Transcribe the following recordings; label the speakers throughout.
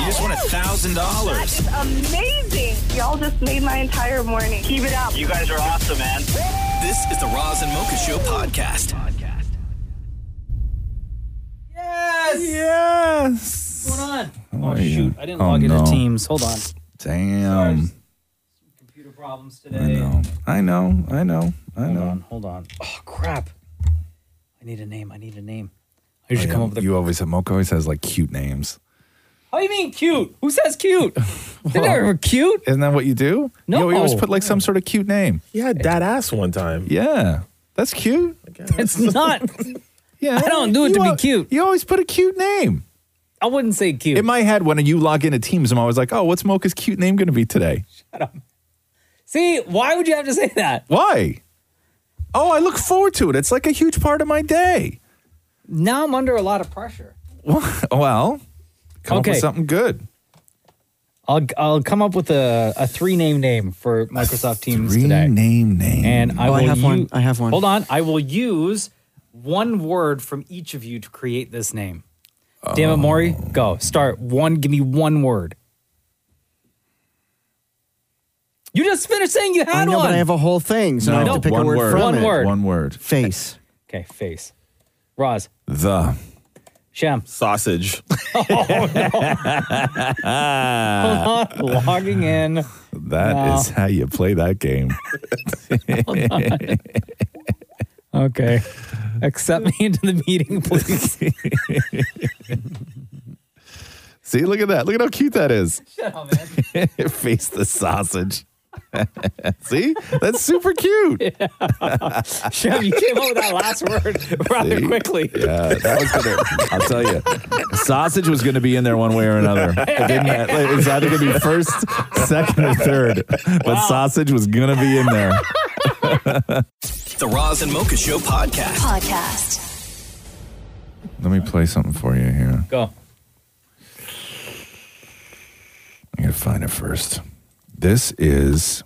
Speaker 1: You just won a thousand dollars.
Speaker 2: Amazing. Y'all just made my entire morning. Keep it up.
Speaker 1: You guys are awesome, man. This is the Roz and Mocha Show podcast.
Speaker 3: Yes.
Speaker 1: What's going on?
Speaker 3: Oh,
Speaker 1: Oh, shoot. I didn't
Speaker 3: oh,
Speaker 1: log
Speaker 3: no.
Speaker 1: into Teams. Hold on.
Speaker 3: Damn.
Speaker 1: Computer problems
Speaker 3: I
Speaker 1: today.
Speaker 3: know. I know. I know. I
Speaker 1: Hold
Speaker 3: know.
Speaker 1: on. Hold on. Oh, crap. I need a name. I need a name. I usually come up with a.
Speaker 3: Oh, you always have, Mocha always has like cute names.
Speaker 1: How do you mean cute? Who says cute? They're never cute.
Speaker 3: Isn't that what you do?
Speaker 1: No.
Speaker 3: You always put like some sort of cute name.
Speaker 4: You had that ass one time.
Speaker 3: Yeah. That's cute.
Speaker 1: It's not.
Speaker 3: Yeah. I
Speaker 1: don't do it to be cute.
Speaker 3: You always put a cute name.
Speaker 1: I wouldn't say cute.
Speaker 3: In my head, when you log into Teams, I'm always like, oh, what's Mocha's cute name going to be today?
Speaker 1: See, why would you have to say that?
Speaker 3: Why? Oh, I look forward to it. It's like a huge part of my day.
Speaker 1: Now I'm under a lot of pressure.
Speaker 3: Well, come up
Speaker 1: Okay.
Speaker 3: with something good.
Speaker 1: I'll I'll come up with a, a three name name for Microsoft Teams
Speaker 3: Three
Speaker 1: today.
Speaker 3: name name.
Speaker 1: And I
Speaker 5: Oh,
Speaker 1: will
Speaker 5: I have
Speaker 1: u-
Speaker 5: one. I have one.
Speaker 1: Hold on. I will use one word from each of you to create this name. Damn it, Maury. Go. Start. One. Give me one word. You just finished saying you
Speaker 5: I
Speaker 1: had
Speaker 5: know,
Speaker 1: one.
Speaker 5: but I have a whole thing, so I have
Speaker 1: No,
Speaker 5: to pick
Speaker 3: one
Speaker 5: a word,
Speaker 3: word.
Speaker 5: from
Speaker 1: One
Speaker 5: it.
Speaker 1: word.
Speaker 3: One word.
Speaker 5: Face.
Speaker 1: okay, face. Roz. Oh,
Speaker 3: The.
Speaker 1: Sham.
Speaker 4: Sausage.
Speaker 1: Logging in.
Speaker 3: That is how you play that game.
Speaker 1: Okay. Accept me into the meeting, please.
Speaker 3: See, look at that. Look at how cute that is. Face the sausage. See? That's super cute.
Speaker 1: Sham, you came up with that last word rather
Speaker 3: See?
Speaker 1: quickly.
Speaker 3: Yeah, that was gonna. I'll tell you, sausage was gonna be in there one way or another. It didn't. It was either gonna be first, second, or third. But sausage was gonna be in there.
Speaker 1: The Roz and Mocha Show podcast.
Speaker 6: Podcast.
Speaker 3: Let me play something for you here.
Speaker 1: Go.
Speaker 3: I gotta find it first. This is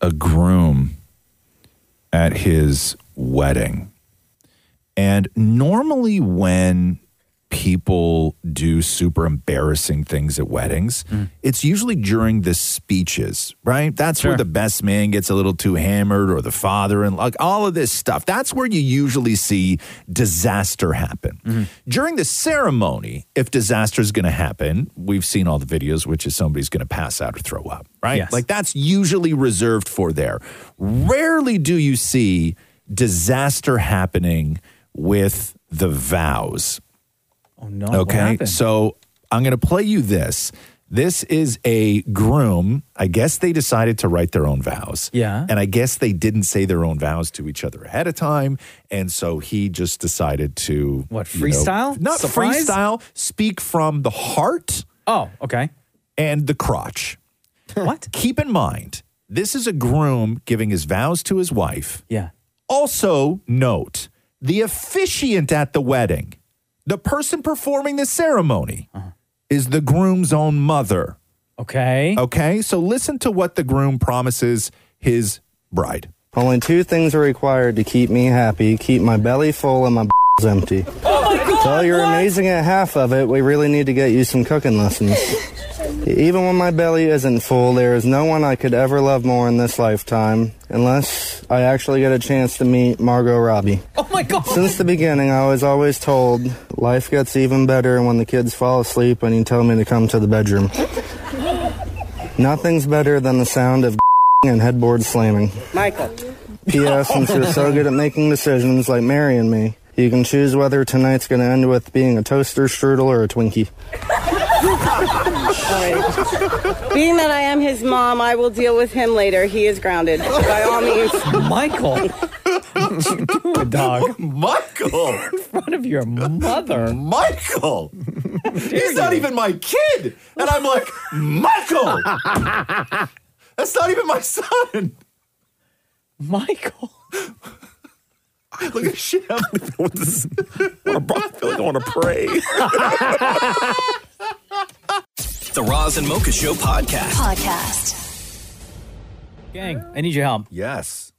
Speaker 3: a groom at his wedding. And normally, when people do super embarrassing things at weddings, it's usually during the speeches, right? That's where the best man gets a little too hammered or the father and like all of this stuff. That's where you usually see disaster happen.
Speaker 7: Mm-hmm.
Speaker 3: During the ceremony, if disaster is going to happen, we've seen all the videos, which is somebody's going to pass out or throw up, right?
Speaker 1: Yes.
Speaker 3: Like that's usually reserved for there. Rarely do you see disaster happening with the vows.
Speaker 1: Oh no.
Speaker 3: Okay. So I'm going to play you this. This is a groom. I guess they decided to write their own vows.
Speaker 1: Yeah.
Speaker 3: And I guess they didn't say their own vows to each other ahead of time. And so he just decided to.
Speaker 1: What,
Speaker 3: you know,
Speaker 1: freestyle?
Speaker 3: not
Speaker 1: Surprise?
Speaker 3: freestyle, speak from the heart
Speaker 1: Oh, okay.
Speaker 3: and the crotch.
Speaker 1: What?
Speaker 3: Keep in mind, this is a groom giving his vows to his wife.
Speaker 1: Yeah.
Speaker 3: Also, note the officiant at the wedding, the person performing the ceremony,
Speaker 1: Uh-huh.
Speaker 3: is the groom's own mother.
Speaker 1: Okay.
Speaker 3: Okay, so listen to what the groom promises his bride.
Speaker 8: Only two things are required to keep me happy keep my belly full and my b****s empty. so you're amazing at half of it. We really need to get you some cooking lessons. Even when my belly isn't full, there is no one I could ever love more in this lifetime unless I actually get a chance to meet Margot Robbie.
Speaker 1: Oh my god.
Speaker 8: Since the beginning, I was always told life gets even better when the kids fall asleep and you tell me to come to the bedroom. Nothing's better than the sound of and headboard slamming.
Speaker 2: Michael.
Speaker 8: P.S. Since you're so good at making decisions like Mary and me, you can choose whether tonight's going to end with being a toaster strudel or a Twinkie.
Speaker 2: Being that I am his mom, I will deal with him later. He is grounded. By all means.
Speaker 1: Michael. What you doing, dog? In
Speaker 3: Michael,
Speaker 1: front of your mother.
Speaker 3: Michael,
Speaker 9: He's not even my kid. And I'm like, Michael! That's not even my son.
Speaker 10: Michael.
Speaker 9: Look at shit. I
Speaker 11: feel like I want to pray.
Speaker 2: The Roz and Mocha Show podcast.
Speaker 6: Podcast.
Speaker 1: Gang, I need your help.
Speaker 3: Yes.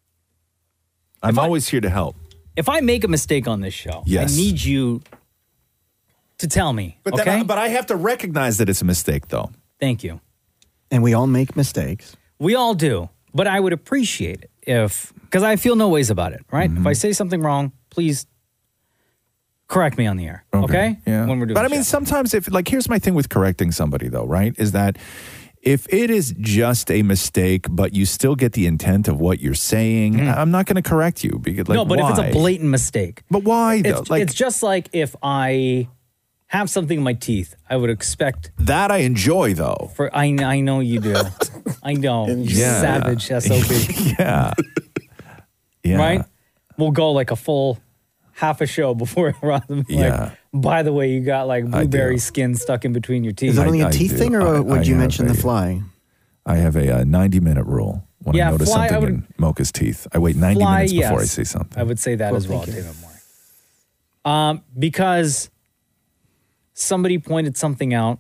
Speaker 3: I'm always here to help.
Speaker 1: If I make a mistake on this show,
Speaker 3: Yes.
Speaker 1: I need you to tell me.
Speaker 3: But,
Speaker 1: okay?
Speaker 3: then I, but I have to recognize that it's a mistake, though.
Speaker 1: Thank you.
Speaker 5: And we all make mistakes.
Speaker 1: We all do, but I would appreciate it if, because I feel no ways about it, right? If I say something wrong, please correct me on the air, okay?
Speaker 3: Yeah.
Speaker 1: When we're doing
Speaker 3: but I
Speaker 1: the
Speaker 3: mean,
Speaker 1: show.
Speaker 3: sometimes if, like, here's my thing with correcting somebody, though, right? Is that if it is just a mistake, but you still get the intent of what you're saying, I'm not going to correct you. Because, like,
Speaker 1: Hmm. no, but if
Speaker 3: why?
Speaker 1: it's a blatant mistake.
Speaker 3: But why, though?
Speaker 1: It's,
Speaker 3: Like-
Speaker 1: it's just like if I have something in my teeth, I would expect.
Speaker 3: That I enjoy, though.
Speaker 1: For I, I know you do. I know. You
Speaker 3: Yeah.
Speaker 1: savage SOB.
Speaker 3: yeah. Yeah.
Speaker 1: Right? We'll go like a full half a show before Rob. Like,
Speaker 3: Yeah.
Speaker 1: By the way, you got like blueberry skin stuck in between your teeth.
Speaker 3: Is it only a I- I teeth do. thing, or I- would I you have mention the a-
Speaker 5: fly?
Speaker 3: I have a, uh 90 minute rule when
Speaker 1: Yeah,
Speaker 3: I notice
Speaker 1: fly, I
Speaker 3: something
Speaker 1: would-
Speaker 3: in Mocha's teeth. I wait 90
Speaker 1: Fly,
Speaker 3: minutes before I
Speaker 1: yes.
Speaker 3: say something.
Speaker 1: I would say that
Speaker 3: Cool,
Speaker 1: as well,
Speaker 3: thank you.
Speaker 1: David Moore. Um, because somebody pointed something out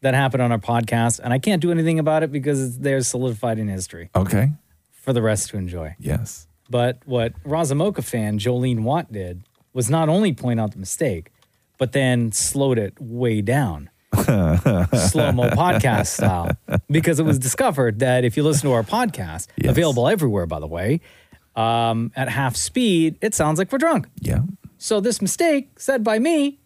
Speaker 1: that happened on our podcast, and I can't do anything about it because it's there solidified in history
Speaker 3: Okay.
Speaker 1: for the rest to enjoy.
Speaker 3: Yes.
Speaker 1: But what Razamoka fan Jolene Watt did was not only point out the mistake, but then slowed it way down. Slow mo podcast style because it was discovered that if you listen to our podcast, available everywhere, by the way, um, at half speed, it sounds like we're drunk.
Speaker 3: Yeah.
Speaker 1: So this mistake said by me,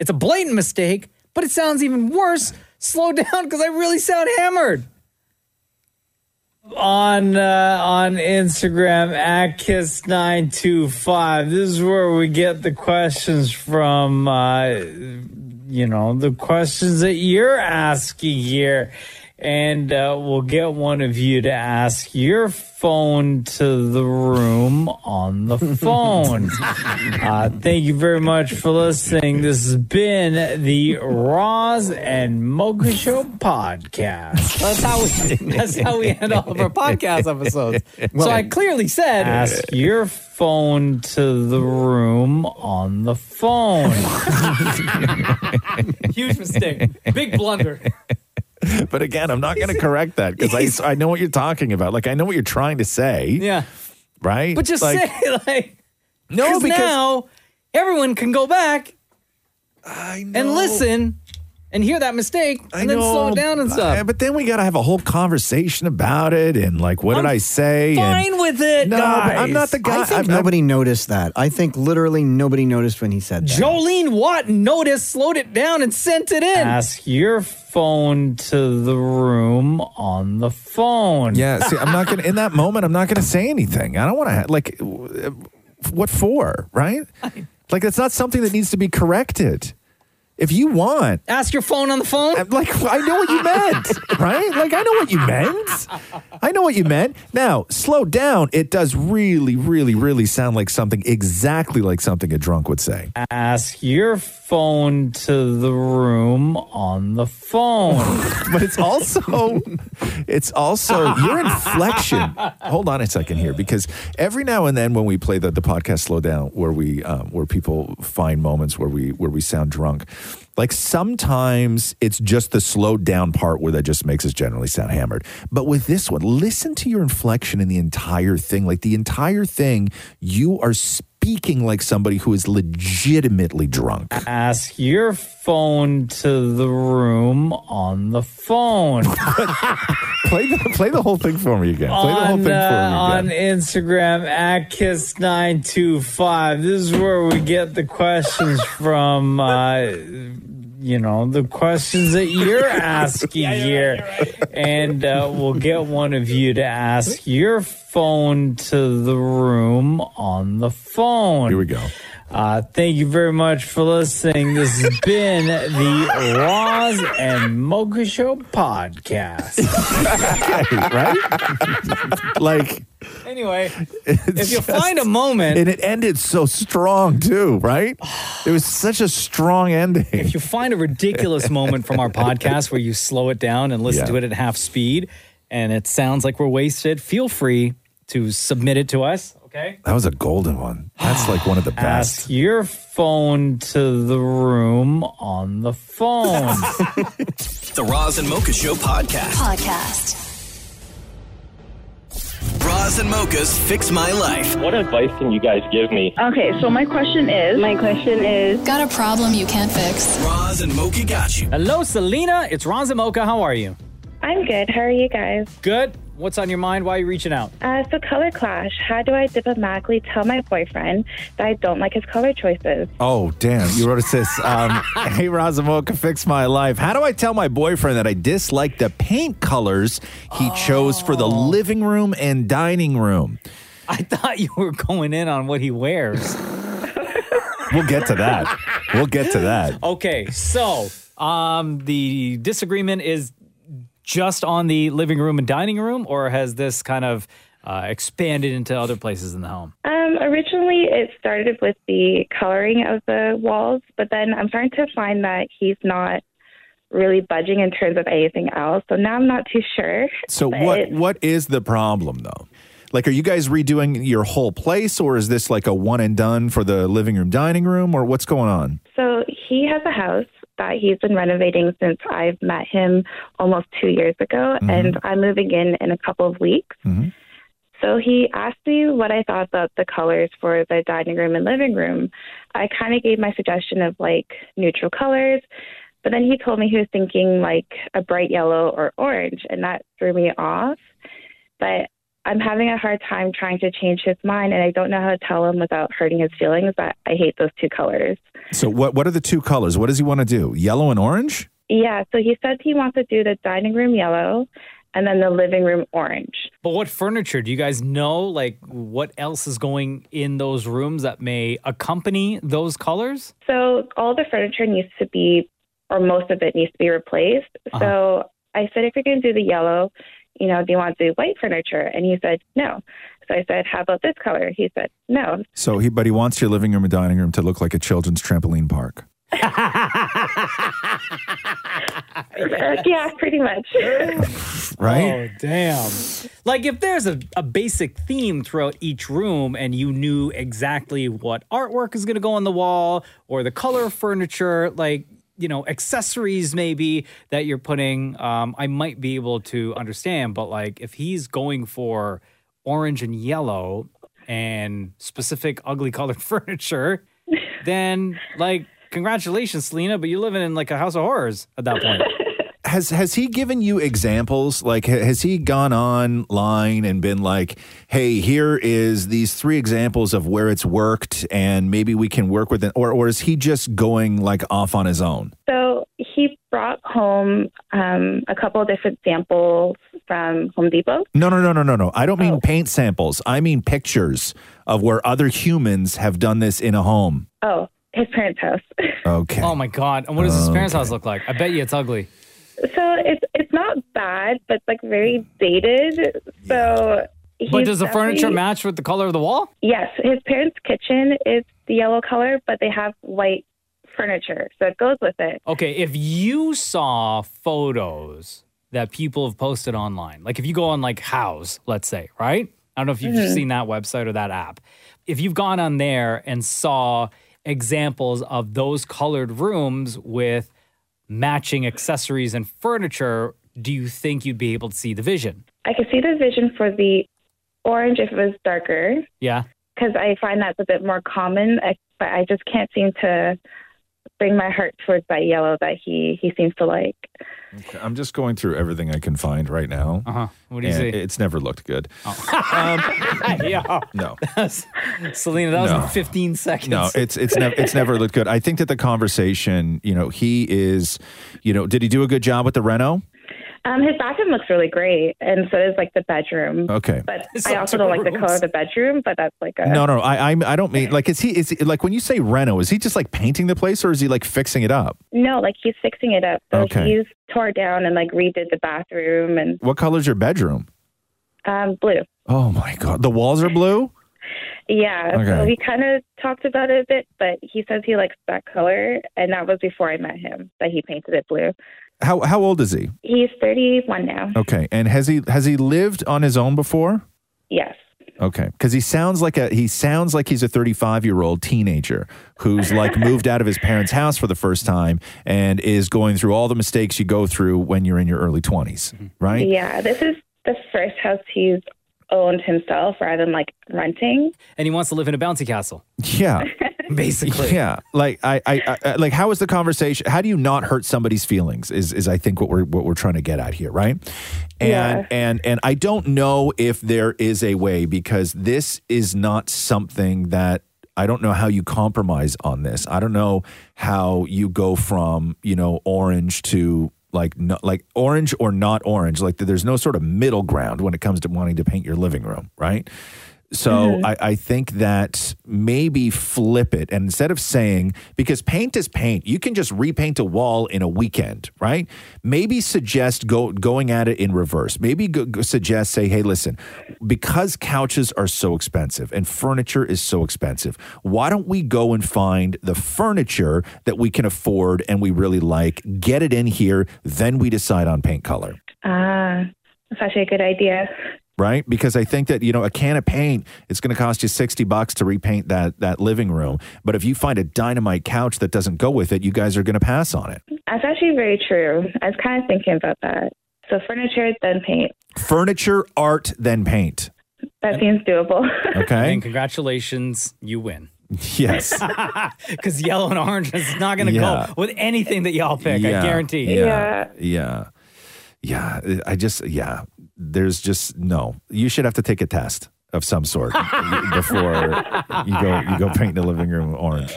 Speaker 1: it's a blatant mistake, but it sounds even worse. Slow down because I really sound hammered. On uh, on Instagram at kiss nine two five. This is where we get the questions from. Uh, you know the questions that you're asking here and uh, we'll get one of you to ask your phone to the room on the phone uh, thank you very much for listening this has been the Roz and mocha show podcast that's how we, that's how we end all of our podcast episodes so i clearly said ask your phone to the room on the phone Huge mistake. Big blunder.
Speaker 3: But again, I'm not going to correct that because I, I know what you're talking about. Like, I know what you're trying to say.
Speaker 1: Yeah.
Speaker 3: Right?
Speaker 1: But just
Speaker 3: like,
Speaker 1: say like
Speaker 3: No,
Speaker 1: no, because
Speaker 3: because-
Speaker 1: now everyone can go back and listen and hear that mistake and then slow it down and stuff.
Speaker 3: Uh, But then we got to have a whole conversation about it and, like, what did I say? and-
Speaker 1: Fine with it,
Speaker 3: No, but
Speaker 1: guys.
Speaker 3: I'm not the guy.
Speaker 5: I think nobody noticed that. I think literally nobody noticed when he said that.
Speaker 1: Jolene Watt noticed, slowed it down, and sent it in. Ask your phone to the room on the phone.
Speaker 3: Yeah, see, I'm not gonna in that moment. I'm not gonna say anything. I don't want to like, w- uh, what for, right? Like that's not something that needs to be corrected. If you want,
Speaker 1: ask your phone on the phone.
Speaker 3: I'm like I know what you meant, right? Like I know what you meant. I know what you meant. Now slow down. It does really, really, really sound like something exactly like something a drunk would say.
Speaker 1: Ask your phone to the room on the phone.
Speaker 3: but it's also it's also your inflection. Hold on a second here, because every now and then when we play the the podcast slow down, where we um, where people find moments where we where we sound drunk, like sometimes it's just the slowed down part where that just makes us generally sound hammered. But with this one, listen to your inflection in the entire thing. Like the entire thing, you are speaking like somebody who is legitimately drunk.
Speaker 1: Ask your phone to the room on the phone.
Speaker 3: play the play the whole thing for me again. Play the whole thing for me again.
Speaker 1: uh, on Instagram at kiss925. This is where we get the questions from. Uh, you know the questions that you're asking here, and uh, we'll get one of you to ask your phone to the room on the phone. Here we
Speaker 3: go.
Speaker 1: Uh, thank you very much for listening. This has been the Roz and Mocha Show podcast.
Speaker 3: right? like,
Speaker 1: Anyway,
Speaker 3: it's
Speaker 1: if you
Speaker 3: just-
Speaker 1: find a moment,
Speaker 3: and it ended so strong too, right? It was such a strong ending.
Speaker 1: if you find a ridiculous moment from our podcast where you slow it down and listen
Speaker 3: Yeah.
Speaker 1: to it at half speed and it sounds like we're wasted, feel free to submit it to us. Okay.
Speaker 3: That was a golden one. That's like one of the best.
Speaker 1: Ask your phone to the room on the phone.
Speaker 2: The Roz and Mocha Show podcast.
Speaker 6: Podcast.
Speaker 2: Roz and Mocha's Fix My Life. What advice can you guys give me?
Speaker 6: Okay, so my question is. My question is. Got a problem you can't fix?
Speaker 2: Roz and Mocha got you.
Speaker 1: Hello, Selena. It's Ron Zamoka. How are you?
Speaker 12: I'm good. How are you guys?
Speaker 1: Good. What's on your mind? Why are you reaching out?
Speaker 12: Uh, so, color clash. How do I diplomatically tell my boyfriend that I don't like his color choices?
Speaker 3: Oh, damn. You wrote us this. Um, hey, Razamoka, fix my life. How do I tell my boyfriend that I dislike the paint colors he chose for the
Speaker 1: Oh.
Speaker 3: living room and dining room?
Speaker 1: I thought you were going in on what he wears.
Speaker 3: We'll get to that. We'll get to that.
Speaker 1: Okay, so um, the disagreement is just on the living room and dining room, or has this kind of uh, expanded into other places in the home?
Speaker 12: Um, originally, it started with the coloring of the walls, but then I'm starting to find that he's not really budging in terms of anything else. So now I'm not too sure.
Speaker 3: So,
Speaker 12: But
Speaker 3: what
Speaker 12: it-
Speaker 3: what is the problem though? Like, are you guys redoing your whole place, or is this like a one and done for the living room, dining room, or what's going on?
Speaker 12: So he has a house that he's been renovating since I've met him almost two years ago,
Speaker 3: Mhm.
Speaker 12: and I'm moving in in a couple of weeks.
Speaker 3: Mhm.
Speaker 12: So he asked me what I thought about the colors for the dining room and living room. I kind of gave my suggestion of like neutral colors, but then he told me he was thinking like a bright yellow or orange, and that threw me off. But I'm having a hard time trying to change his mind, and I don't know how to tell him without hurting his feelings that I hate those two colors.
Speaker 3: So, what what are the two colors? What does he want to do? Yellow and orange?
Speaker 12: Yeah, so he said he wants to do the dining room yellow and then the living room orange.
Speaker 1: But what furniture do you guys know? Like, what else is going in those rooms that may accompany those colors?
Speaker 12: So all the furniture needs to be, or most of it needs to be replaced. So I said, if you're going to do the yellow, you know, do you want to do white furniture? And he said, no. So I said, how about this color? He said, no.
Speaker 3: So he, but he wants your living room and dining room to look like a children's trampoline park.
Speaker 12: Yeah, pretty much.
Speaker 3: Right?
Speaker 1: Oh, damn. Like, if there's a, a basic theme throughout each room and you knew exactly what artwork is going to go on the wall or the color of furniture, like, you know, accessories maybe that you're putting, um, I might be able to understand. But, like, if he's going for orange and yellow and specific ugly colored furniture, then, like, congratulations, Selena, but you're living in like a house of horrors at that point.
Speaker 3: Has has he given you examples? Like ha- has he gone online and been like, "Hey, here is these three examples of where it's worked and maybe we can work with it." Or or is he just going like off on his own?
Speaker 12: So he brought home um, a couple of different samples from Home Depot.
Speaker 3: No, no, no, no, no, no. I don't
Speaker 1: Oh.
Speaker 3: mean paint samples. I mean pictures of where other humans have done this in a home.
Speaker 12: Oh, his parents' house.
Speaker 3: Okay.
Speaker 1: Oh my god! And what does his parents' house look like? I bet you it's ugly.
Speaker 12: So it's it's not bad, but like very dated. So,
Speaker 1: but
Speaker 12: he's
Speaker 1: does the furniture
Speaker 12: definitely-
Speaker 1: match with the color of the wall?
Speaker 12: Yes, his parents' kitchen is the yellow color, but they have white furniture, so it goes with it.
Speaker 1: Okay, if you saw photos that people have posted online, like if you go on like House, let's say, right? I don't know if you've
Speaker 12: Mm-hmm.
Speaker 13: Mhm.
Speaker 1: seen that website or that app. If you've gone on there and saw examples of those colored rooms with matching accessories and furniture, do you think you'd be able to see the vision?
Speaker 12: I could see the vision for the orange if it was darker,
Speaker 1: Yeah.
Speaker 12: because I find that's a bit more common. I, but I just can't seem to bring my heart towards that yellow that he he seems to like.
Speaker 3: Okay, I'm just going through everything I can find right now.
Speaker 1: Uh-huh. What do you
Speaker 3: and
Speaker 1: see? Oh.
Speaker 3: It's never looked good.
Speaker 1: Um, yeah.
Speaker 3: No.
Speaker 1: Selena, that was
Speaker 3: No.
Speaker 1: in 15 seconds.
Speaker 3: No, it's it's never it's never looked good. I think that the conversation, you know, he is, you know, did he do a good job with the reno?
Speaker 12: Um, his bathroom looks really great, and so does like the bedroom.
Speaker 3: Okay.
Speaker 12: But I also don't like the color of the bedroom, but that's like a
Speaker 3: No, no, I, I'm- I don't mean like is he is he, like when you say reno, is he just like painting the place or is he like fixing it up?
Speaker 12: No, like he's fixing it up. So
Speaker 3: Okay.
Speaker 12: he's tore down and like redid the bathroom and
Speaker 3: What color's your bedroom?
Speaker 12: um, blue.
Speaker 3: Oh my god, the walls are blue.
Speaker 12: Yeah. So
Speaker 3: Okay.
Speaker 12: we kind of talked about it a bit, but he says he likes that color, and that was before I met him that he painted it blue.
Speaker 3: How how old is he?
Speaker 12: He's 31 now.
Speaker 3: Okay, and has he has he lived on his own before?
Speaker 12: Yes.
Speaker 3: Okay, because he sounds like a he sounds like he's a 35 year old teenager who's like moved out of his parents' house for the first time and is going through all the mistakes you go through when you're in your early 20s, right?
Speaker 12: Yeah. This is the first house he's owned himself rather than like renting.
Speaker 1: And he wants to live in a bouncy castle.
Speaker 3: Yeah.
Speaker 1: Basically.
Speaker 3: Yeah. Like I, I, I like how is the conversation how do you not hurt somebody's feelings is is I think what we're what we're trying to get at here, right? And
Speaker 14: Yeah.
Speaker 3: and and I don't know if there is a way because this is not something that I don't know how you compromise on this. I don't know how you go from, you know, orange to like no, like orange or not orange. Like there's no sort of middle ground when it comes to wanting to paint your living room, right? So I, I think that maybe flip it and instead of saying because paint is paint, you can just repaint a wall in a weekend, right? Maybe suggest go going at it in reverse. Maybe go, go suggest say, hey, listen, because couches are so expensive and furniture is so expensive, why don't we go and find the furniture that we can afford and we really like, get it in here, then we decide on paint color
Speaker 12: Ah, that's actually a good idea.
Speaker 3: right? Because I think that you know a can of paint it's going to cost you sixty bucks to repaint that that living room. But if you find a dynamite couch that doesn't go with it, you guys are going to pass on it.
Speaker 12: That's actually very true. I was kind of thinking about that. So furniture, then paint.
Speaker 3: Furniture, art, then paint.
Speaker 12: That seems doable.
Speaker 3: Okay.
Speaker 1: And congratulations, you win.
Speaker 3: Yes.
Speaker 1: Because yellow and orange is not going to
Speaker 3: Yeah.
Speaker 1: go with anything that y'all pick. I guarantee.
Speaker 3: Yeah. Yeah. Yeah. I just yeah. There's just no. You should have to take a test of some sort before you go you go paint the living room orange.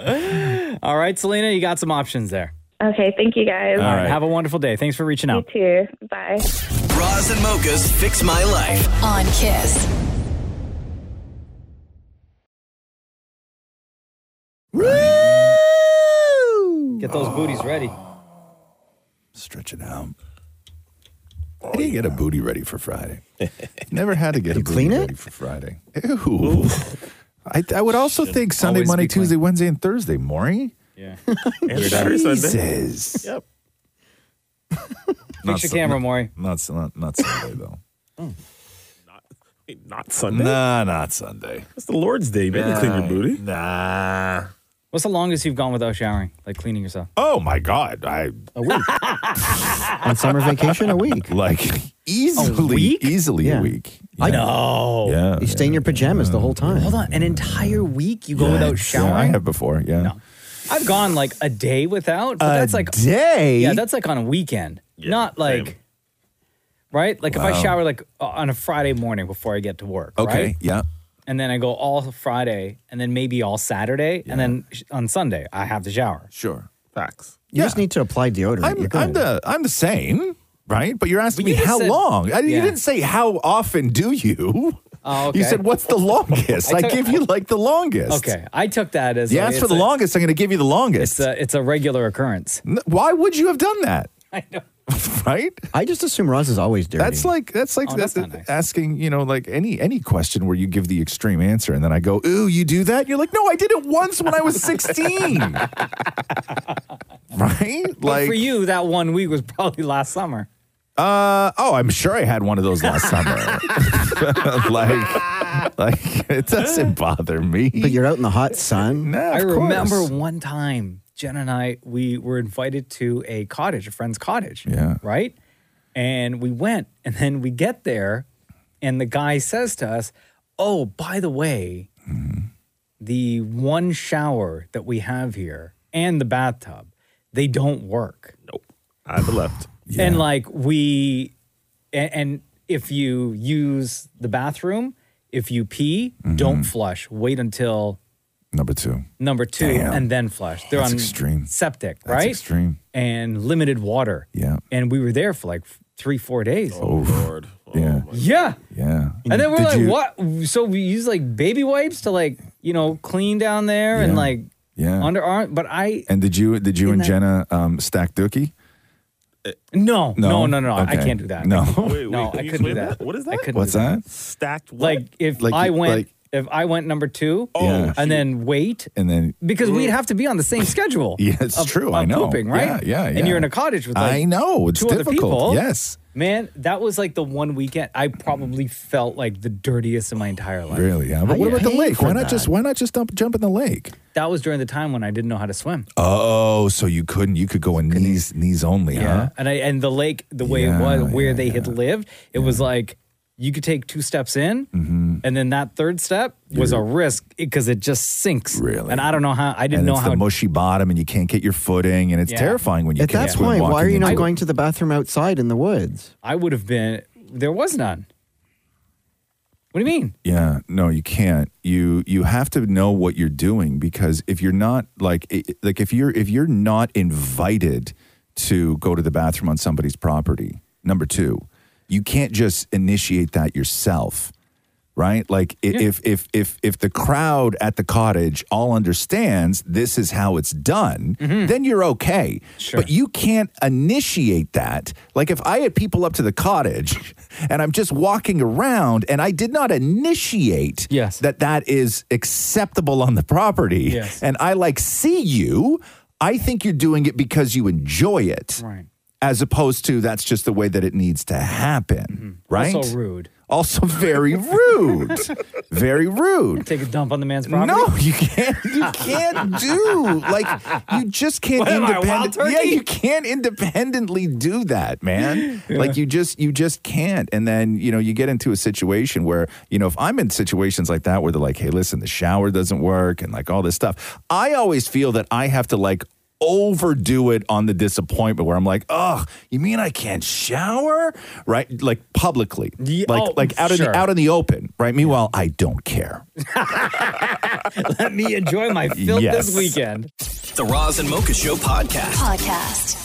Speaker 1: All right, Selena, you got some options there.
Speaker 12: okay, thank you guys.
Speaker 1: All right. Have a wonderful day. Thanks for reaching out.
Speaker 12: You too. Bye.
Speaker 2: Roz and Mocha's Fix My Life.
Speaker 6: On Kiss.
Speaker 1: Get those booties ready.
Speaker 3: Stretch it out. I didn't get a booty ready for Friday. Never had to get a booty ready for Friday. Ew. I, I would also think Sunday,
Speaker 14: always
Speaker 3: Monday,
Speaker 14: be clean.
Speaker 3: Tuesday, Wednesday, and Thursday, Maury.
Speaker 1: Yeah.
Speaker 3: Jesus.
Speaker 1: Yep.
Speaker 3: Not
Speaker 1: Fix your
Speaker 3: Sun-
Speaker 1: camera,
Speaker 3: not-
Speaker 1: Maury.
Speaker 3: Not, not, not Sunday, though.
Speaker 7: Not Sunday.
Speaker 3: Nah, not Sunday.
Speaker 7: It's the Lord's Day, man. You clean your booty.
Speaker 3: Nah.
Speaker 1: What's the longest you've gone without showering, like cleaning yourself?
Speaker 3: Oh my God! I
Speaker 1: a week.
Speaker 5: On summer vacation, a week.
Speaker 3: Like easily, easily a week.
Speaker 5: I know.
Speaker 3: Yeah.
Speaker 5: You stay in your pajamas the whole time.
Speaker 1: Hold on, an entire week you go without
Speaker 3: Yeah, I
Speaker 1: showering?
Speaker 3: have before. Yeah.
Speaker 1: I've gone like a day without, but
Speaker 3: A
Speaker 1: that's like
Speaker 3: day?
Speaker 1: Yeah, that's like on a weekend, not like right. Like if I
Speaker 3: Wow.
Speaker 1: shower like o- on a Friday morning before I get to work,
Speaker 3: Okay.
Speaker 1: right?
Speaker 3: Yeah.
Speaker 1: and then I go all Friday, and then maybe all Saturday, and then sh- on Sunday I have to shower.
Speaker 3: Sure,
Speaker 1: facts.
Speaker 5: You just need to apply deodorant.
Speaker 3: I'm, I'm the I'm the same, right? But you're asking
Speaker 1: But you
Speaker 3: me
Speaker 1: just
Speaker 3: how
Speaker 1: said-
Speaker 3: long. I, You
Speaker 1: Yeah.
Speaker 3: didn't say how often do you.
Speaker 1: Oh, okay.
Speaker 3: You said what's the longest?
Speaker 1: I
Speaker 3: I,
Speaker 1: took-
Speaker 3: give you like the longest.
Speaker 1: Okay, I took that as
Speaker 3: You
Speaker 1: like,
Speaker 3: asked for
Speaker 1: it's
Speaker 3: the
Speaker 1: a-
Speaker 3: longest. I'm going to give you the longest.
Speaker 1: It's a it's a regular occurrence.
Speaker 3: N- Why would you have done that?
Speaker 1: I know.
Speaker 3: right?
Speaker 5: I just assume Roz is always dirty.
Speaker 3: That's like that's like
Speaker 5: Oh,
Speaker 3: that's asking you know like any any question where you give the extreme answer and then I go ooh you do that you're like no I did it once when I was 16 right
Speaker 1: But for you, that one week was probably last summer.
Speaker 3: Uh oh, I'm sure I had one of those last summer. like, like it doesn't bother me. But
Speaker 5: you're out in the hot sun.
Speaker 3: no,
Speaker 1: I
Speaker 3: of
Speaker 1: remember
Speaker 3: course.
Speaker 1: one time, Jen and I, we were invited to a cottage, a friend's cottage.
Speaker 3: Yeah.
Speaker 1: Right? And we went, and then we get there, and the guy says to us, Oh, by the way,
Speaker 3: Mm-hmm.
Speaker 1: the one shower that we have here and the bathtub, they don't work. Nope.
Speaker 7: I have left.
Speaker 1: And like we, and, and if you use the bathroom, if you pee,
Speaker 3: Mm-hmm.
Speaker 1: don't flush. Wait until
Speaker 3: number two.
Speaker 1: number two,
Speaker 3: Damn.
Speaker 1: and then flush. They're
Speaker 3: That's
Speaker 1: on
Speaker 3: extreme.
Speaker 1: septic,
Speaker 3: That's
Speaker 1: right?
Speaker 3: extreme.
Speaker 1: And limited water.
Speaker 3: Yeah.
Speaker 1: And we were there for like f- three, four days.
Speaker 3: Oh, Lord. yeah.
Speaker 1: Yeah.
Speaker 3: Yeah.
Speaker 1: And then we're
Speaker 3: Did
Speaker 1: like,
Speaker 3: you-
Speaker 1: what? So we use like baby wipes to like, you know, clean down there and
Speaker 3: Yeah.
Speaker 1: like
Speaker 3: Yeah.
Speaker 1: underarm. But I,
Speaker 3: And did you did you and
Speaker 1: that-
Speaker 3: Jenna um, stack dookie?
Speaker 1: no,
Speaker 3: No?
Speaker 1: no, no, no. I
Speaker 3: Okay.
Speaker 1: can't do that.
Speaker 3: No.
Speaker 7: Wait,
Speaker 1: no,
Speaker 7: can
Speaker 1: I
Speaker 7: you
Speaker 1: couldn't do
Speaker 7: explain
Speaker 1: that.
Speaker 7: that? What is
Speaker 1: I couldn't
Speaker 3: What's
Speaker 1: do
Speaker 3: that?
Speaker 7: Stacked what?
Speaker 1: Like if
Speaker 3: Like
Speaker 1: I
Speaker 3: you-
Speaker 1: went,
Speaker 3: like-
Speaker 1: if I went number two,
Speaker 3: Yeah.
Speaker 1: and then wait,
Speaker 3: Oh, And then
Speaker 1: because we'd have to be on the same schedule.
Speaker 3: Mm. Yeah, it's
Speaker 1: of-
Speaker 3: true. I
Speaker 1: of
Speaker 3: know.
Speaker 1: pooping, right?
Speaker 3: Yeah, yeah,
Speaker 1: And
Speaker 3: yeah.
Speaker 1: you're in a cottage with like
Speaker 3: I know. It's
Speaker 1: two other
Speaker 3: difficult.
Speaker 1: people.
Speaker 3: Yes.
Speaker 1: Man, that was like the one weekend I probably felt like the dirtiest in my entire life.
Speaker 3: Really? Yeah. But what about the lake? Why not just why not just dump, jump in the lake?
Speaker 1: That was during the time when I didn't know how to swim.
Speaker 3: Oh, so you couldn't you could go in knees knees only, huh?
Speaker 1: Uh, And I and the lake, the way it was, where they had lived, it was like you could take two steps in,
Speaker 3: Mm-hmm.
Speaker 1: and then that third step was a risk because it just sinks. Really? And I don't know how. I didn't
Speaker 3: and
Speaker 1: know
Speaker 3: it's
Speaker 1: how.
Speaker 3: the mushy bottom and you can't get your footing and it's
Speaker 1: Yeah.
Speaker 3: terrifying when you
Speaker 5: At
Speaker 3: can't
Speaker 5: that
Speaker 3: swim
Speaker 5: point, why
Speaker 3: walking
Speaker 5: are you
Speaker 3: in
Speaker 5: not
Speaker 3: the-
Speaker 5: going to the bathroom outside in the woods?
Speaker 1: I would have been. There was none. What do you mean?
Speaker 3: Yeah, no, you can't. You you have to know what you're doing because if you're not like i- like if you're if you're not invited to go to the bathroom on somebody's property, number 2, you can't just initiate that yourself. Right? Like i- if if if if the crowd at the cottage all understands this is how it's done,
Speaker 1: Mm-hmm.
Speaker 3: then you're okay. But you can't initiate that. Like if I had people up to the cottage and I'm just walking around and I did not initiate yes. that that is acceptable on the property
Speaker 1: Yes.
Speaker 3: and I like see you, I think you're doing it because you enjoy it.
Speaker 1: Right.
Speaker 3: As opposed to that's just the way that it needs to happen,
Speaker 1: Mm-hmm.
Speaker 3: right?
Speaker 1: Also rude.
Speaker 3: Also very rude. very rude.
Speaker 1: Take a dump on the man's property.
Speaker 3: No, you can't. You can't do like you just can't
Speaker 1: What am I, a wild
Speaker 3: independently. Yeah,
Speaker 1: turkey?
Speaker 3: you can't independently do that, man. Like you just you just can't. And then you know you get into a situation where you know if I'm in situations like that where they're like, hey, listen, the shower doesn't work and like all this stuff. I always feel that I have to like overdo it on the disappointment where I'm like, oh, you mean I can't shower? Right? Like publicly. like
Speaker 1: oh,
Speaker 3: like out in
Speaker 1: sure.
Speaker 3: the out in the open, right? Meanwhile, I don't care.
Speaker 1: Let me enjoy my filth
Speaker 3: Yes.
Speaker 1: this weekend.
Speaker 2: The Roz and Mocha Show podcast.
Speaker 6: Podcast.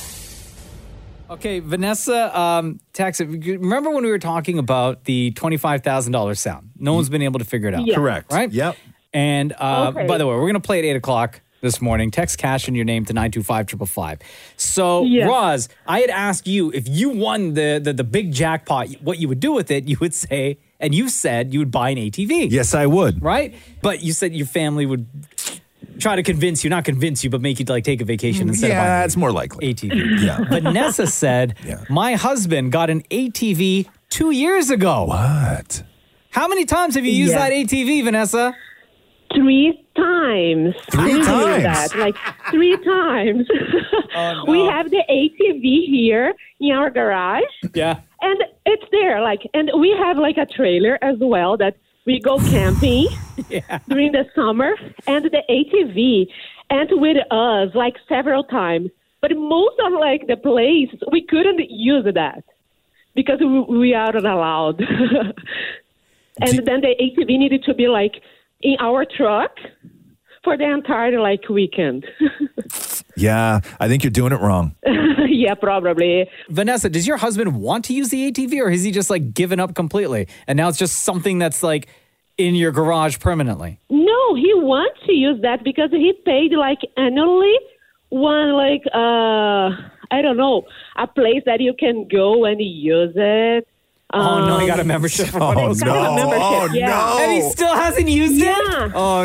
Speaker 1: Okay, Vanessa, um, tax. Remember when we were talking about the twenty-five thousand dollars sound? No one's been able to figure it out.
Speaker 3: Yeah. Correct.
Speaker 1: Right. Yep. And uh,
Speaker 14: Okay.
Speaker 1: by the way, we're gonna play at eight o'clock this morning. Text cash in your name to nine two five triple five. So,
Speaker 14: Yeah.
Speaker 1: Roz, I had asked you if you won the, the the big jackpot, what you would do with it. You would say, and you said you would buy an ATV.
Speaker 3: Yes, I would.
Speaker 1: Right. But you said your family would try to convince you, not convince you, but make you like take a vacation instead of buying
Speaker 3: Mm, yeah, it's more likely.
Speaker 1: ATV.
Speaker 3: Yeah.
Speaker 1: Vanessa said, My husband got an ATV two years ago.
Speaker 3: What?
Speaker 1: How many times have you used
Speaker 14: Yeah.
Speaker 1: that ATV, Vanessa?
Speaker 14: Three times.
Speaker 1: Three
Speaker 14: I didn't hear
Speaker 1: times?
Speaker 14: That. Like three times. We have the ATV here in our garage.
Speaker 1: Yeah.
Speaker 14: And it's there. Like, and we have like a trailer as well that we go camping during the summer and the ATV and with us like several times. But most of like the place, we couldn't use that because we, we aren't allowed. and then the ATV needed to be like in our truck for the entire like weekend.
Speaker 3: Yeah, I think you're doing it wrong.
Speaker 14: yeah, probably.
Speaker 1: Vanessa, does your husband want to use the ATV or has he just like given up completely? And now it's just something that's like in your garage permanently?
Speaker 14: No, he wants to use that because he paid like annually one like uh I don't know a place that you can go and use it.
Speaker 1: oh, no, he got a
Speaker 14: Um,
Speaker 1: membership. for
Speaker 3: Oh,
Speaker 1: it.
Speaker 3: no.
Speaker 1: He's got a
Speaker 3: Oh, no.
Speaker 1: And he still hasn't used
Speaker 14: Yeah.
Speaker 1: it? Oh,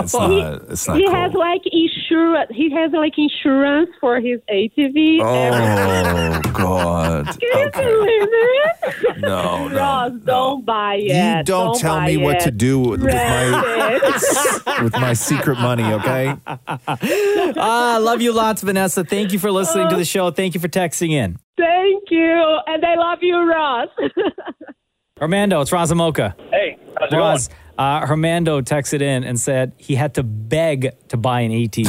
Speaker 3: It's not, it's not
Speaker 14: he
Speaker 3: cool.
Speaker 14: has like insurance. He has like insurance for his ATV.
Speaker 3: Oh, God.
Speaker 14: Can you believe it?
Speaker 3: No, no,
Speaker 14: Ross, don't buy it.
Speaker 3: You don't, tell
Speaker 14: buy
Speaker 3: me what
Speaker 14: it.
Speaker 3: to do with my,
Speaker 14: Rent it.
Speaker 3: with my secret money, okay?
Speaker 1: ah, love you lots, Vanessa. Thank you for listening
Speaker 14: Uh,
Speaker 1: to the show. Thank you for texting in.
Speaker 14: Thank you, and I love you, Ross.
Speaker 1: Armando, it's Razamoka.
Speaker 15: Hey, how's it
Speaker 1: Roz, uh, Hermando texted in and said he had to beg to buy an E ATV.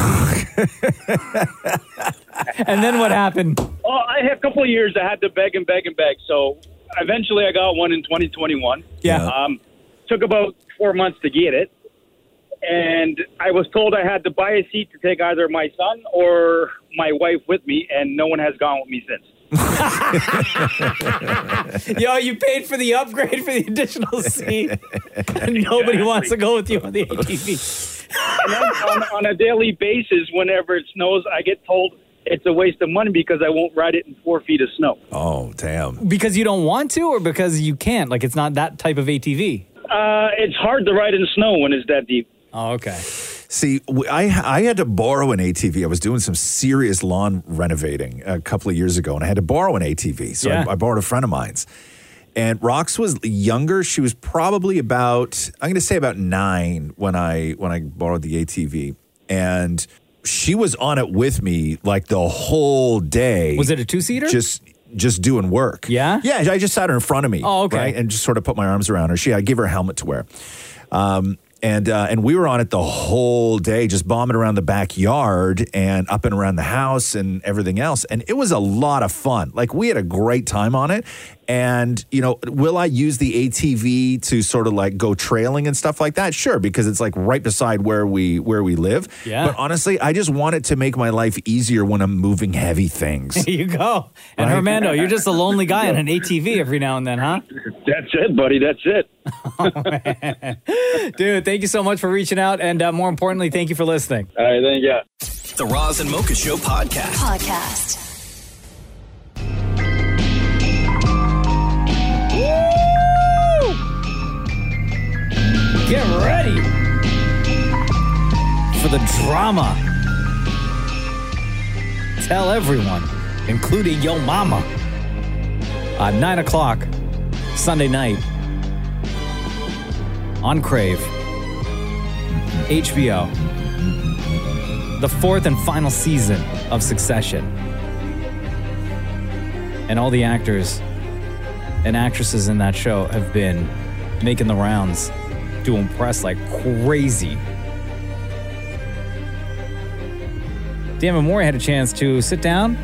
Speaker 1: and then what happened?
Speaker 15: Well, Oh, I had a couple of years. I had to beg and beg and beg. So eventually, I got one in 2021.
Speaker 1: Yeah.
Speaker 15: Um, took about four months to get it, and I was told I had to buy a seat to take either my son or my wife with me, and no one has gone with me since.
Speaker 1: Yo, you paid for the upgrade for the additional seat. And nobody wants to go with you on the ATV.
Speaker 15: And then on, on a daily basis, whenever it snows, I get told it's a waste of money because I won't ride it in four feet of snow.
Speaker 3: Oh, damn.
Speaker 1: Because you don't want to or because you can't? Like, it's not that type of ATV.
Speaker 15: Uh, it's hard to ride in snow when it's that deep.
Speaker 1: Oh, okay.
Speaker 3: See, w- I I had to borrow an ATV. I was doing some serious lawn renovating a couple of years ago, and I had to borrow an ATV. So
Speaker 16: Yeah.
Speaker 3: I, I borrowed a friend of mine's. And Rox was younger. She was probably about I'm going to say about nine when I when I borrowed the ATV, and she was on it with me like the whole day.
Speaker 1: Was it a two-seater?
Speaker 3: Just just doing work. Yeah, yeah. I just sat her in front of me.
Speaker 1: Oh, okay.
Speaker 3: right? And just sort of put my arms around her. She I gave her a helmet to wear. Um, and uh, and we were on it the whole day, just bombing around the backyard and up and around the house and everything else. And it was a lot of fun. Like we had a great time on it. And you know, will I use the ATV to sort of like go trailing and stuff like that? Sure, because it's like right beside where we where we live.
Speaker 1: Yeah.
Speaker 3: But honestly, I just want it to make my life easier when I'm moving heavy things.
Speaker 1: There you go. And
Speaker 3: Right?
Speaker 1: Armando, you're just a lonely guy on an ATV every now and then, huh?
Speaker 15: That's it, buddy. That's it.
Speaker 1: Dude, thank you so much for reaching out. And uh, more importantly, thank you for listening.
Speaker 15: All right, thank you.
Speaker 2: The Roz and Mocha Show podcast.
Speaker 17: Podcast.
Speaker 1: Get ready for the drama. Tell everyone, including your mama, at 9 o'clock Sunday night on Crave, HBO, the fourth and final season of Succession. And all the actors and actresses in that show have been making the rounds doing press like crazy. Dan Memori had a chance to sit down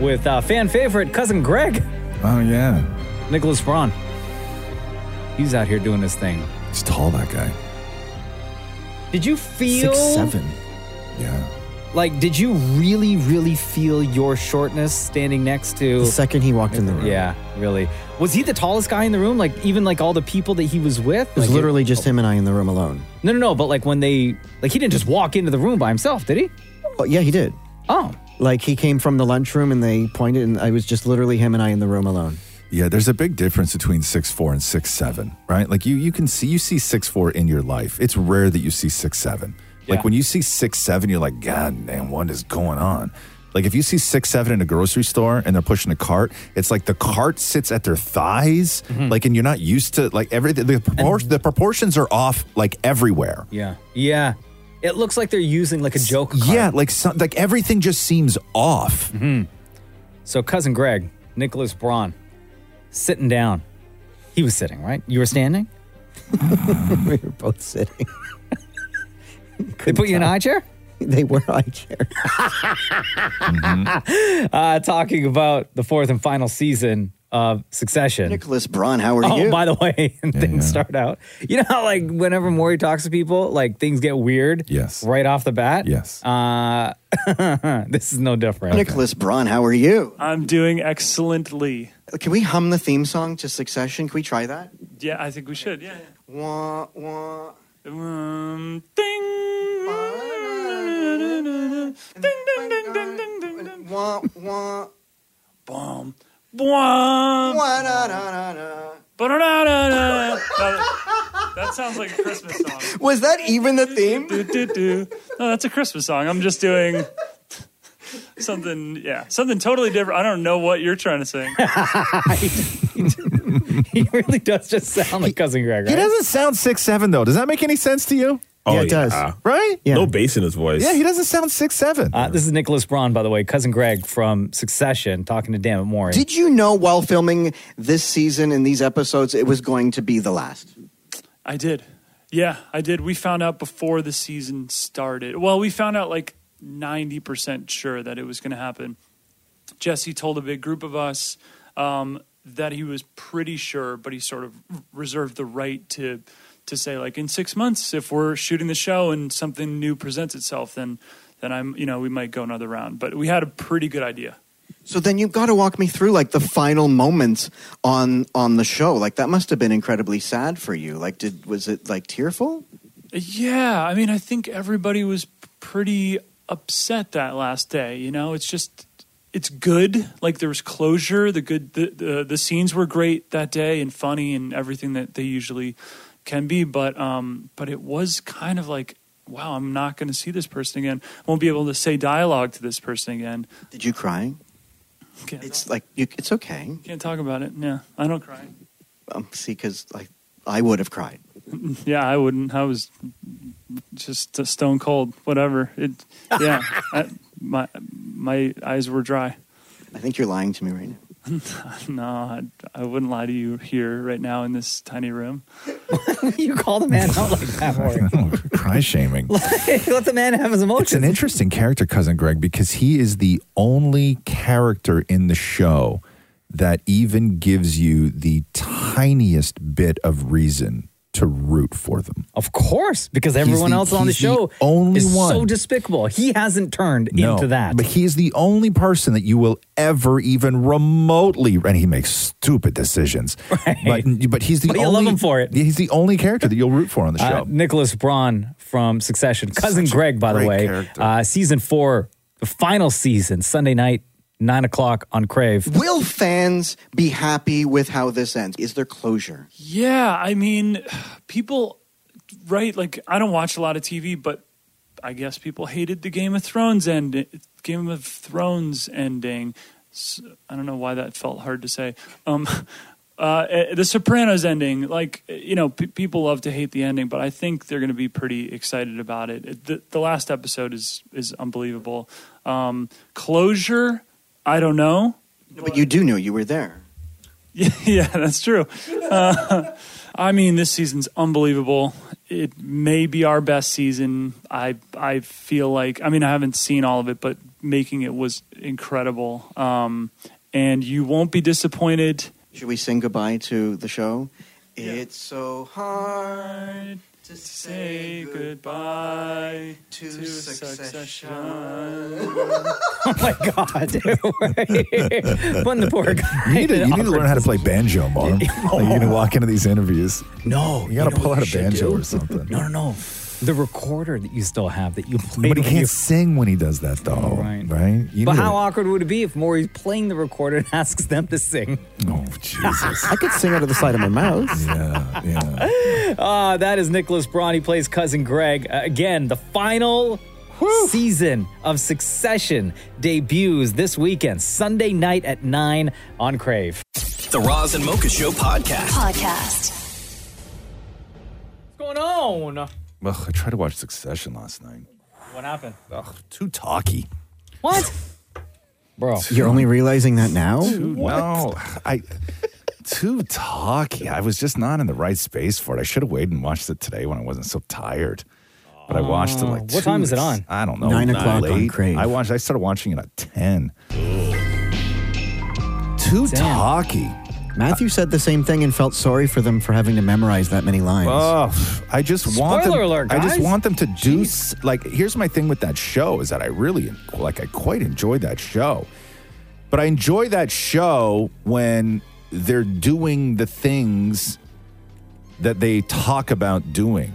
Speaker 1: with uh, fan favorite cousin Greg.
Speaker 3: Oh yeah,
Speaker 1: Nicholas Braun. He's out here doing his thing.
Speaker 3: He's tall, that guy.
Speaker 1: Did you feel
Speaker 5: Six seven.
Speaker 1: Like, did you really, really feel your shortness standing next to?
Speaker 5: The second he walked in the room,
Speaker 1: Yeah, really. Was he the tallest guy in the room? Like, even like all the people that he was with?
Speaker 5: it was
Speaker 1: Like,
Speaker 5: literally just him and I in the room alone.
Speaker 1: No, no, no. But like when they, like he didn't just walk into the room by himself, did he?
Speaker 5: Oh, yeah, he did.
Speaker 1: Oh,
Speaker 5: like he came from the lunchroom and they pointed, and I was just literally him and I in the room alone.
Speaker 3: Yeah, there's a big difference between six four and six seven, right? Like you you can see you see six four in your life. It's rare that you see six seven.
Speaker 1: Yeah.
Speaker 3: Like when you see six seven, you're like, God damn, what is going on? Like if you see six seven in a grocery store and they're pushing a cart, it's like the cart sits at their thighs,
Speaker 1: Mm-hmm.
Speaker 3: like, and you're not used to like everything. The, propor- the proportions are off like everywhere.
Speaker 1: Yeah. Yeah. It looks like they're using like a joke.
Speaker 3: Yeah, like some, like everything just seems off.
Speaker 1: Mm-hmm. So cousin Greg, Nicholas Braun, sitting down. He was sitting, right? You were standing?
Speaker 5: we were both sitting.
Speaker 1: they put you in an eye chair?
Speaker 5: They were eye chair.
Speaker 1: uh, talking about the fourth and final season of Succession.
Speaker 5: Nicholas Braun, how are
Speaker 1: oh,
Speaker 5: you?
Speaker 1: by the way, and things start out. You know how, like, whenever Maury talks to people, like, things get weird?
Speaker 3: Yes.
Speaker 1: Right off the bat?
Speaker 3: Yes.
Speaker 1: Uh, this is no different.
Speaker 5: Nicholas Braun, how are you?
Speaker 18: I'm doing excellently.
Speaker 5: Can we hum the theme song to Succession? Can we try that?
Speaker 18: Yeah, I think we should. Yeah.
Speaker 5: Wah, wah.
Speaker 18: Um, ding. Ding, ding, ding, ding, ding, ding, ding.
Speaker 5: Wah, wah.
Speaker 18: Bum. Bum.
Speaker 5: Wah, da, da, da, da.
Speaker 18: Ba-da-da-da-da. That- That sounds like a Christmas song.
Speaker 5: Was that even the theme?
Speaker 18: No, that's a Christmas song. I'm just doing something, yeah, something totally different. I don't know what you're trying to sing.
Speaker 1: he really does just sound like cousin Greg, right?
Speaker 3: He doesn't sound six seven though. Does that make any sense to you?
Speaker 1: Oh, Yeah, it does.
Speaker 3: Right?
Speaker 7: Oh, No bass in his voice.
Speaker 3: Yeah, he doesn't sound six seven.
Speaker 1: Uh, this is Nicholas Braun, by the way, cousin Greg from Succession, talking to Dan Maury.
Speaker 5: Did you know while filming this season and these episodes, it was going to be the last?
Speaker 18: I did. Yeah, I did. We found out before the season started. Well, we found out like 90% sure that it was going to happen. Jesse told a big group of us um, that he was pretty sure, but he sort of reserved the right to to say like in six months if we're shooting the show and something new presents itself then then i'm you know we might go another round but we had a pretty good idea
Speaker 5: So then you've got to walk me through like the final moments on on the show. Like that must have been incredibly sad for you. Like did was it like tearful?
Speaker 18: Yeah, I mean, I think everybody was pretty upset that last day. You know, it's just it's good. Like there was closure. The good the the, the scenes were great that day and funny and everything that they usually can be. But um, but it was kind of like. Wow, I'm not going to see this person again. I won't be able to say dialogue to this person again.
Speaker 5: Did you cry?
Speaker 18: It's
Speaker 5: like you, it's okay.
Speaker 18: Can't talk about it. Yeah, I don't cry.
Speaker 5: Um, see, because like I would have cried.
Speaker 18: Yeah, I wouldn't. I was just a stone cold. Whatever. It. Yeah. I, my my eyes were dry.
Speaker 5: I think you're lying to me right now.
Speaker 18: no, I, I wouldn't lie to you here right now in this tiny room.
Speaker 1: you call the man out like that, Maury.
Speaker 3: Cry shaming.
Speaker 1: Let the man have his
Speaker 3: Oh, It's an
Speaker 1: emotions.
Speaker 3: interesting character, cousin Greg, because he is the only character in the show that even gives you the tiniest bit of reason to root for them.
Speaker 1: Of course, because
Speaker 3: He's
Speaker 1: everyone
Speaker 3: the-
Speaker 1: else on the
Speaker 3: he's the
Speaker 1: show
Speaker 3: only
Speaker 1: is so
Speaker 3: one.
Speaker 1: despicable. He hasn't turned into that.
Speaker 3: But he is the only person that you will ever even remotely, and he makes stupid decisions. But but he's the
Speaker 1: But
Speaker 3: only
Speaker 1: you love him for it.
Speaker 3: He's the only character that you'll root for on the
Speaker 1: Uh,
Speaker 3: show.
Speaker 1: Nicholas Braun from Succession, cousin Greg, by the way. Uh, season four, the final season, Sunday night, nine o'clock on Crave.
Speaker 5: Will fans be happy with how this ends? Is there closure?
Speaker 18: Yeah, I mean, people, right? Like, I don't watch a lot of TV, but I guess people hated the Game of Thrones end, Game of Thrones ending. S I don't know why that felt hard to say. Um, uh, eh, the Sopranos ending, like eh, you know, pe people love to hate the ending, but I think they're going to be pretty excited about it. It- The, the last episode is is unbelievable. Um, closure, I don't know.
Speaker 5: But you do know you were there.
Speaker 18: Yeah, yeah, that's true. Uh, I mean, this season's unbelievable. It may be our best season. I I feel like I mean I haven't seen all of it, but making it was incredible. Um, and you won't be disappointed.
Speaker 5: Should we sing goodbye to the show? It's so
Speaker 18: hard to say goodbye
Speaker 5: to,
Speaker 18: succession.
Speaker 1: Oh my God. dude. Putting the poor guy.
Speaker 3: You need, to,
Speaker 1: in
Speaker 3: you need to learn how to
Speaker 1: awkward-
Speaker 3: play banjo, Mark. You're going to walk into these interviews.
Speaker 1: No.
Speaker 3: Oh. You got to
Speaker 1: know
Speaker 3: pull
Speaker 1: what
Speaker 3: out
Speaker 1: you
Speaker 3: a
Speaker 1: should
Speaker 3: banjo
Speaker 1: do?
Speaker 3: or something.
Speaker 1: No, no, no. The recorder that you still have that you played.
Speaker 3: But he
Speaker 1: when
Speaker 3: can't
Speaker 1: you-
Speaker 3: sing when he does that, though. Right? You
Speaker 1: but
Speaker 3: need
Speaker 1: how
Speaker 3: to-
Speaker 1: awkward would it be if Maury's playing the recorder and asks them to sing?
Speaker 3: Oh, Jesus.
Speaker 1: I could sing out of the side of my mouth.
Speaker 3: Yeah,
Speaker 1: yeah. Uh, that is Nicholas Braun. He plays Cousin Greg. Uh, again, the final season of Succession debuts this weekend, Sunday night at 9 on Crave.
Speaker 2: The Roz and Mocha Show podcast.
Speaker 6: Podcast.
Speaker 1: What's going on?
Speaker 3: Ugh, I tried to watch Succession last night.
Speaker 1: What happened?
Speaker 3: Ugh, too talky.
Speaker 1: What? Bro.
Speaker 5: You're only realizing that now?
Speaker 3: Too, no, I too talky. I was just not in the right space for it. I should have waited and watched it today when I wasn't so tired. But I watched it like.
Speaker 1: What
Speaker 3: two-
Speaker 1: time is it on?
Speaker 3: I don't know.
Speaker 1: Nine o'clock on
Speaker 3: late.
Speaker 1: Crave.
Speaker 3: I watched. I started watching it at ten. Too talky.
Speaker 5: Matthew said the same thing and felt sorry for them for having to memorize that many lines.
Speaker 3: Oh, I just want
Speaker 5: Spoiler
Speaker 3: them,
Speaker 5: alert,
Speaker 3: I just
Speaker 5: guys.
Speaker 3: want them to do s- like. Here's my thing with that show is that I really like. I quite enjoy that show, but I enjoy that show when they're doing the things that they talk about doing.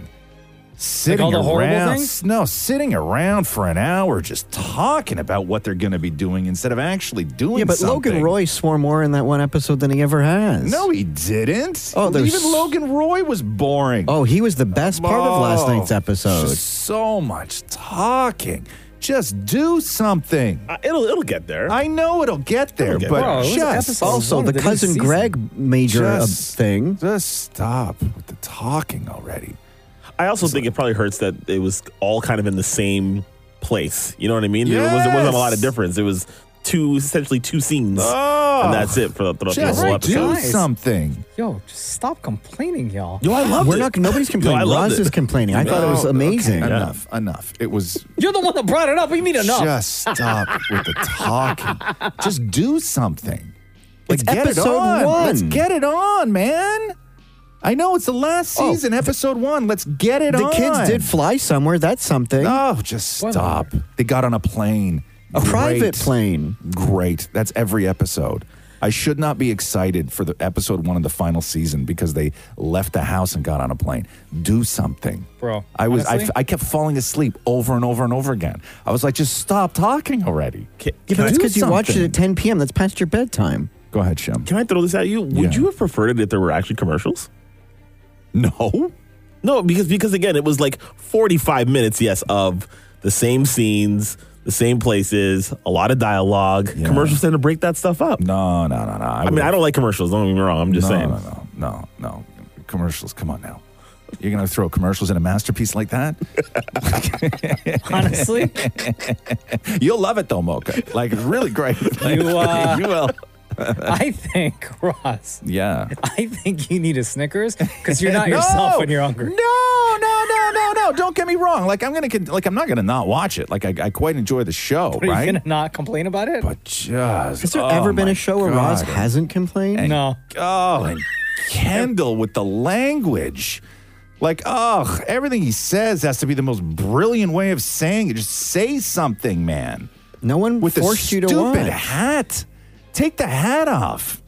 Speaker 3: Sitting
Speaker 1: all the horrible
Speaker 3: around,
Speaker 1: things?
Speaker 3: no, sitting around for an hour just talking about what they're going to be doing instead of actually doing.
Speaker 5: yeah, but
Speaker 3: something.
Speaker 5: Logan Roy swore more in that one episode than he ever has.
Speaker 3: No, he didn't.
Speaker 5: Oh, there's-
Speaker 3: even Logan Roy was boring.
Speaker 5: Oh, he was the best part of last
Speaker 3: Oh,
Speaker 5: night's episode.
Speaker 3: just so much talking. Just do something. Uh, it'll it'll get there. I know it'll get there,
Speaker 5: It'll get
Speaker 3: but
Speaker 5: there. Bro, it was
Speaker 3: just
Speaker 5: episode Also, one of the the cousin season. Greg major, uh,
Speaker 3: thing. Just stop with the talking already.
Speaker 7: I also think it probably hurts that it was all kind of in the same place. You know what I mean? There, was, there wasn't a lot of
Speaker 3: Yes.
Speaker 7: difference. It was two, essentially two scenes,
Speaker 3: Oh.
Speaker 7: and that's it for throughout the
Speaker 3: Just
Speaker 7: whole
Speaker 3: do
Speaker 7: episode.
Speaker 3: something.
Speaker 1: Yo, just stop complaining, y'all.
Speaker 7: Yo, I loved
Speaker 5: We're
Speaker 7: it.
Speaker 5: not. Nobody's complaining.
Speaker 7: Yo, I loved
Speaker 5: Roz
Speaker 7: it.
Speaker 5: is complaining. I thought it was
Speaker 3: No,
Speaker 5: amazing.
Speaker 3: okay, Enough, enough. It was
Speaker 1: You're the one that brought it up. What do you mean enough?
Speaker 3: Just stop with the talking. Just do something. Like
Speaker 1: It's
Speaker 3: get it
Speaker 1: episode
Speaker 3: on.
Speaker 1: one.
Speaker 3: Let's get it on, man. I know it's the last
Speaker 5: Oh.
Speaker 3: season, episode one. Let's get it
Speaker 5: the
Speaker 3: on.
Speaker 5: kids did fly somewhere. That's something.
Speaker 3: Oh, just stop. They got on a plane.
Speaker 5: A private plane.
Speaker 3: Great. That's every episode. I should not be excited for the episode one of the final season because they left the house and got on a plane. Do something.
Speaker 1: Bro,
Speaker 3: I was I,
Speaker 1: honestly?
Speaker 3: f- I kept falling asleep over and over and over again. I was like, just stop talking already.
Speaker 5: Yeah, but that's because you watched it at
Speaker 3: something.
Speaker 5: 10 p.m. That's past your bedtime.
Speaker 3: Go ahead, Shem.
Speaker 7: Can I throw this at you? Would you have preferred it if there were actually commercials?
Speaker 3: No.
Speaker 7: No, because because again, it was like 45 minutes, yes, of the same scenes, the same places, a lot of dialogue. Commercials tend to break that stuff up.
Speaker 3: No, no, no, no. I,
Speaker 7: mean, I don't like commercials. Don't get me wrong. I'm just
Speaker 3: No,
Speaker 7: saying.
Speaker 3: no, no, no, no. Commercials. Come on now. You're gonna throw commercials in a masterpiece like that?
Speaker 1: Honestly?
Speaker 3: you'll love it though, Mocha. Like really great.
Speaker 1: You, uh,
Speaker 3: you will.
Speaker 1: I think, Ross,
Speaker 3: yeah.
Speaker 1: I think you need a Snickers because you're not yourself
Speaker 3: No!
Speaker 1: when you're hungry.
Speaker 3: No, no, no, no, no. Don't get me wrong. Like I'm gonna con- like I'm not gonna not watch it. Like I, I quite enjoy the show,
Speaker 1: But Are
Speaker 3: right?
Speaker 1: you going to not complain about it?
Speaker 3: But just oh
Speaker 5: Has there ever been a show where Roz hasn't
Speaker 3: And-
Speaker 5: complained?
Speaker 3: Oh, and Kendall with the language. Like, oh, everything he says has to be the most brilliant way of saying it. Just say something, man.
Speaker 5: No one
Speaker 3: with
Speaker 5: forced
Speaker 3: the
Speaker 5: you to
Speaker 3: stupid
Speaker 5: watch.
Speaker 3: hat. Take the hat off.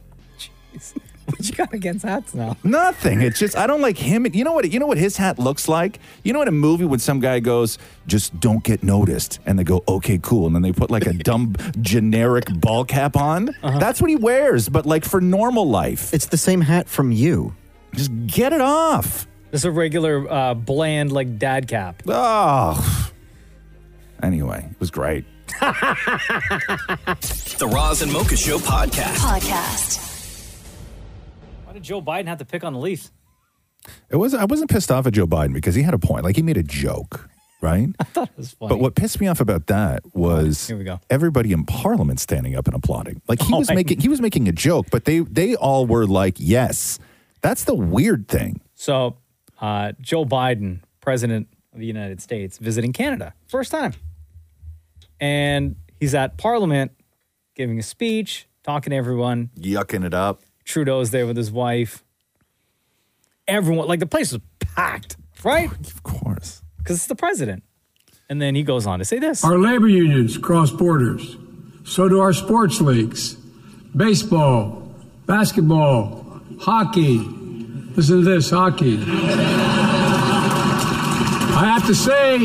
Speaker 1: What you got against hats now?
Speaker 3: Nothing. It's just I don't like him. You know what? You know what his hat looks like. You know in a movie when some guy goes, "Just don't get noticed," and they go, "Okay, cool," and then they put like a dumb generic ball cap on. That's what he wears, but like for normal life,
Speaker 5: Uh-huh. it's the same hat from you.
Speaker 3: Just get it off.
Speaker 1: Just a regular uh, bland, like, dad cap.
Speaker 3: Oh. Anyway, it was great.
Speaker 2: The Roz and Mocha Show podcast.
Speaker 1: Podcast. Why did Joe Biden have to pick on the Leafs?
Speaker 3: It was I wasn't pissed off at Joe Biden because he had a point. Like he made a joke, right? I
Speaker 1: thought it was funny.
Speaker 3: But what pissed me off about that was
Speaker 1: Here we go.
Speaker 3: everybody in Parliament standing up and applauding. Like he
Speaker 1: Oh,
Speaker 3: was
Speaker 1: I-
Speaker 3: making he was making a joke, but they they all were like, "Yes." That's the weird thing.
Speaker 1: So, uh, Joe Biden, president of the United States, visiting Canada first time, and he's at Parliament giving a speech, talking to everyone,
Speaker 3: yucking it up.
Speaker 1: Trudeau's there with his wife. Everyone, like the place was packed, right? Of
Speaker 3: course,
Speaker 1: because it's the president. And then he goes on to say this.
Speaker 16: Our labor unions cross borders. So do our sports leagues baseball, basketball, hockey. Listen to this hockey. I have to say,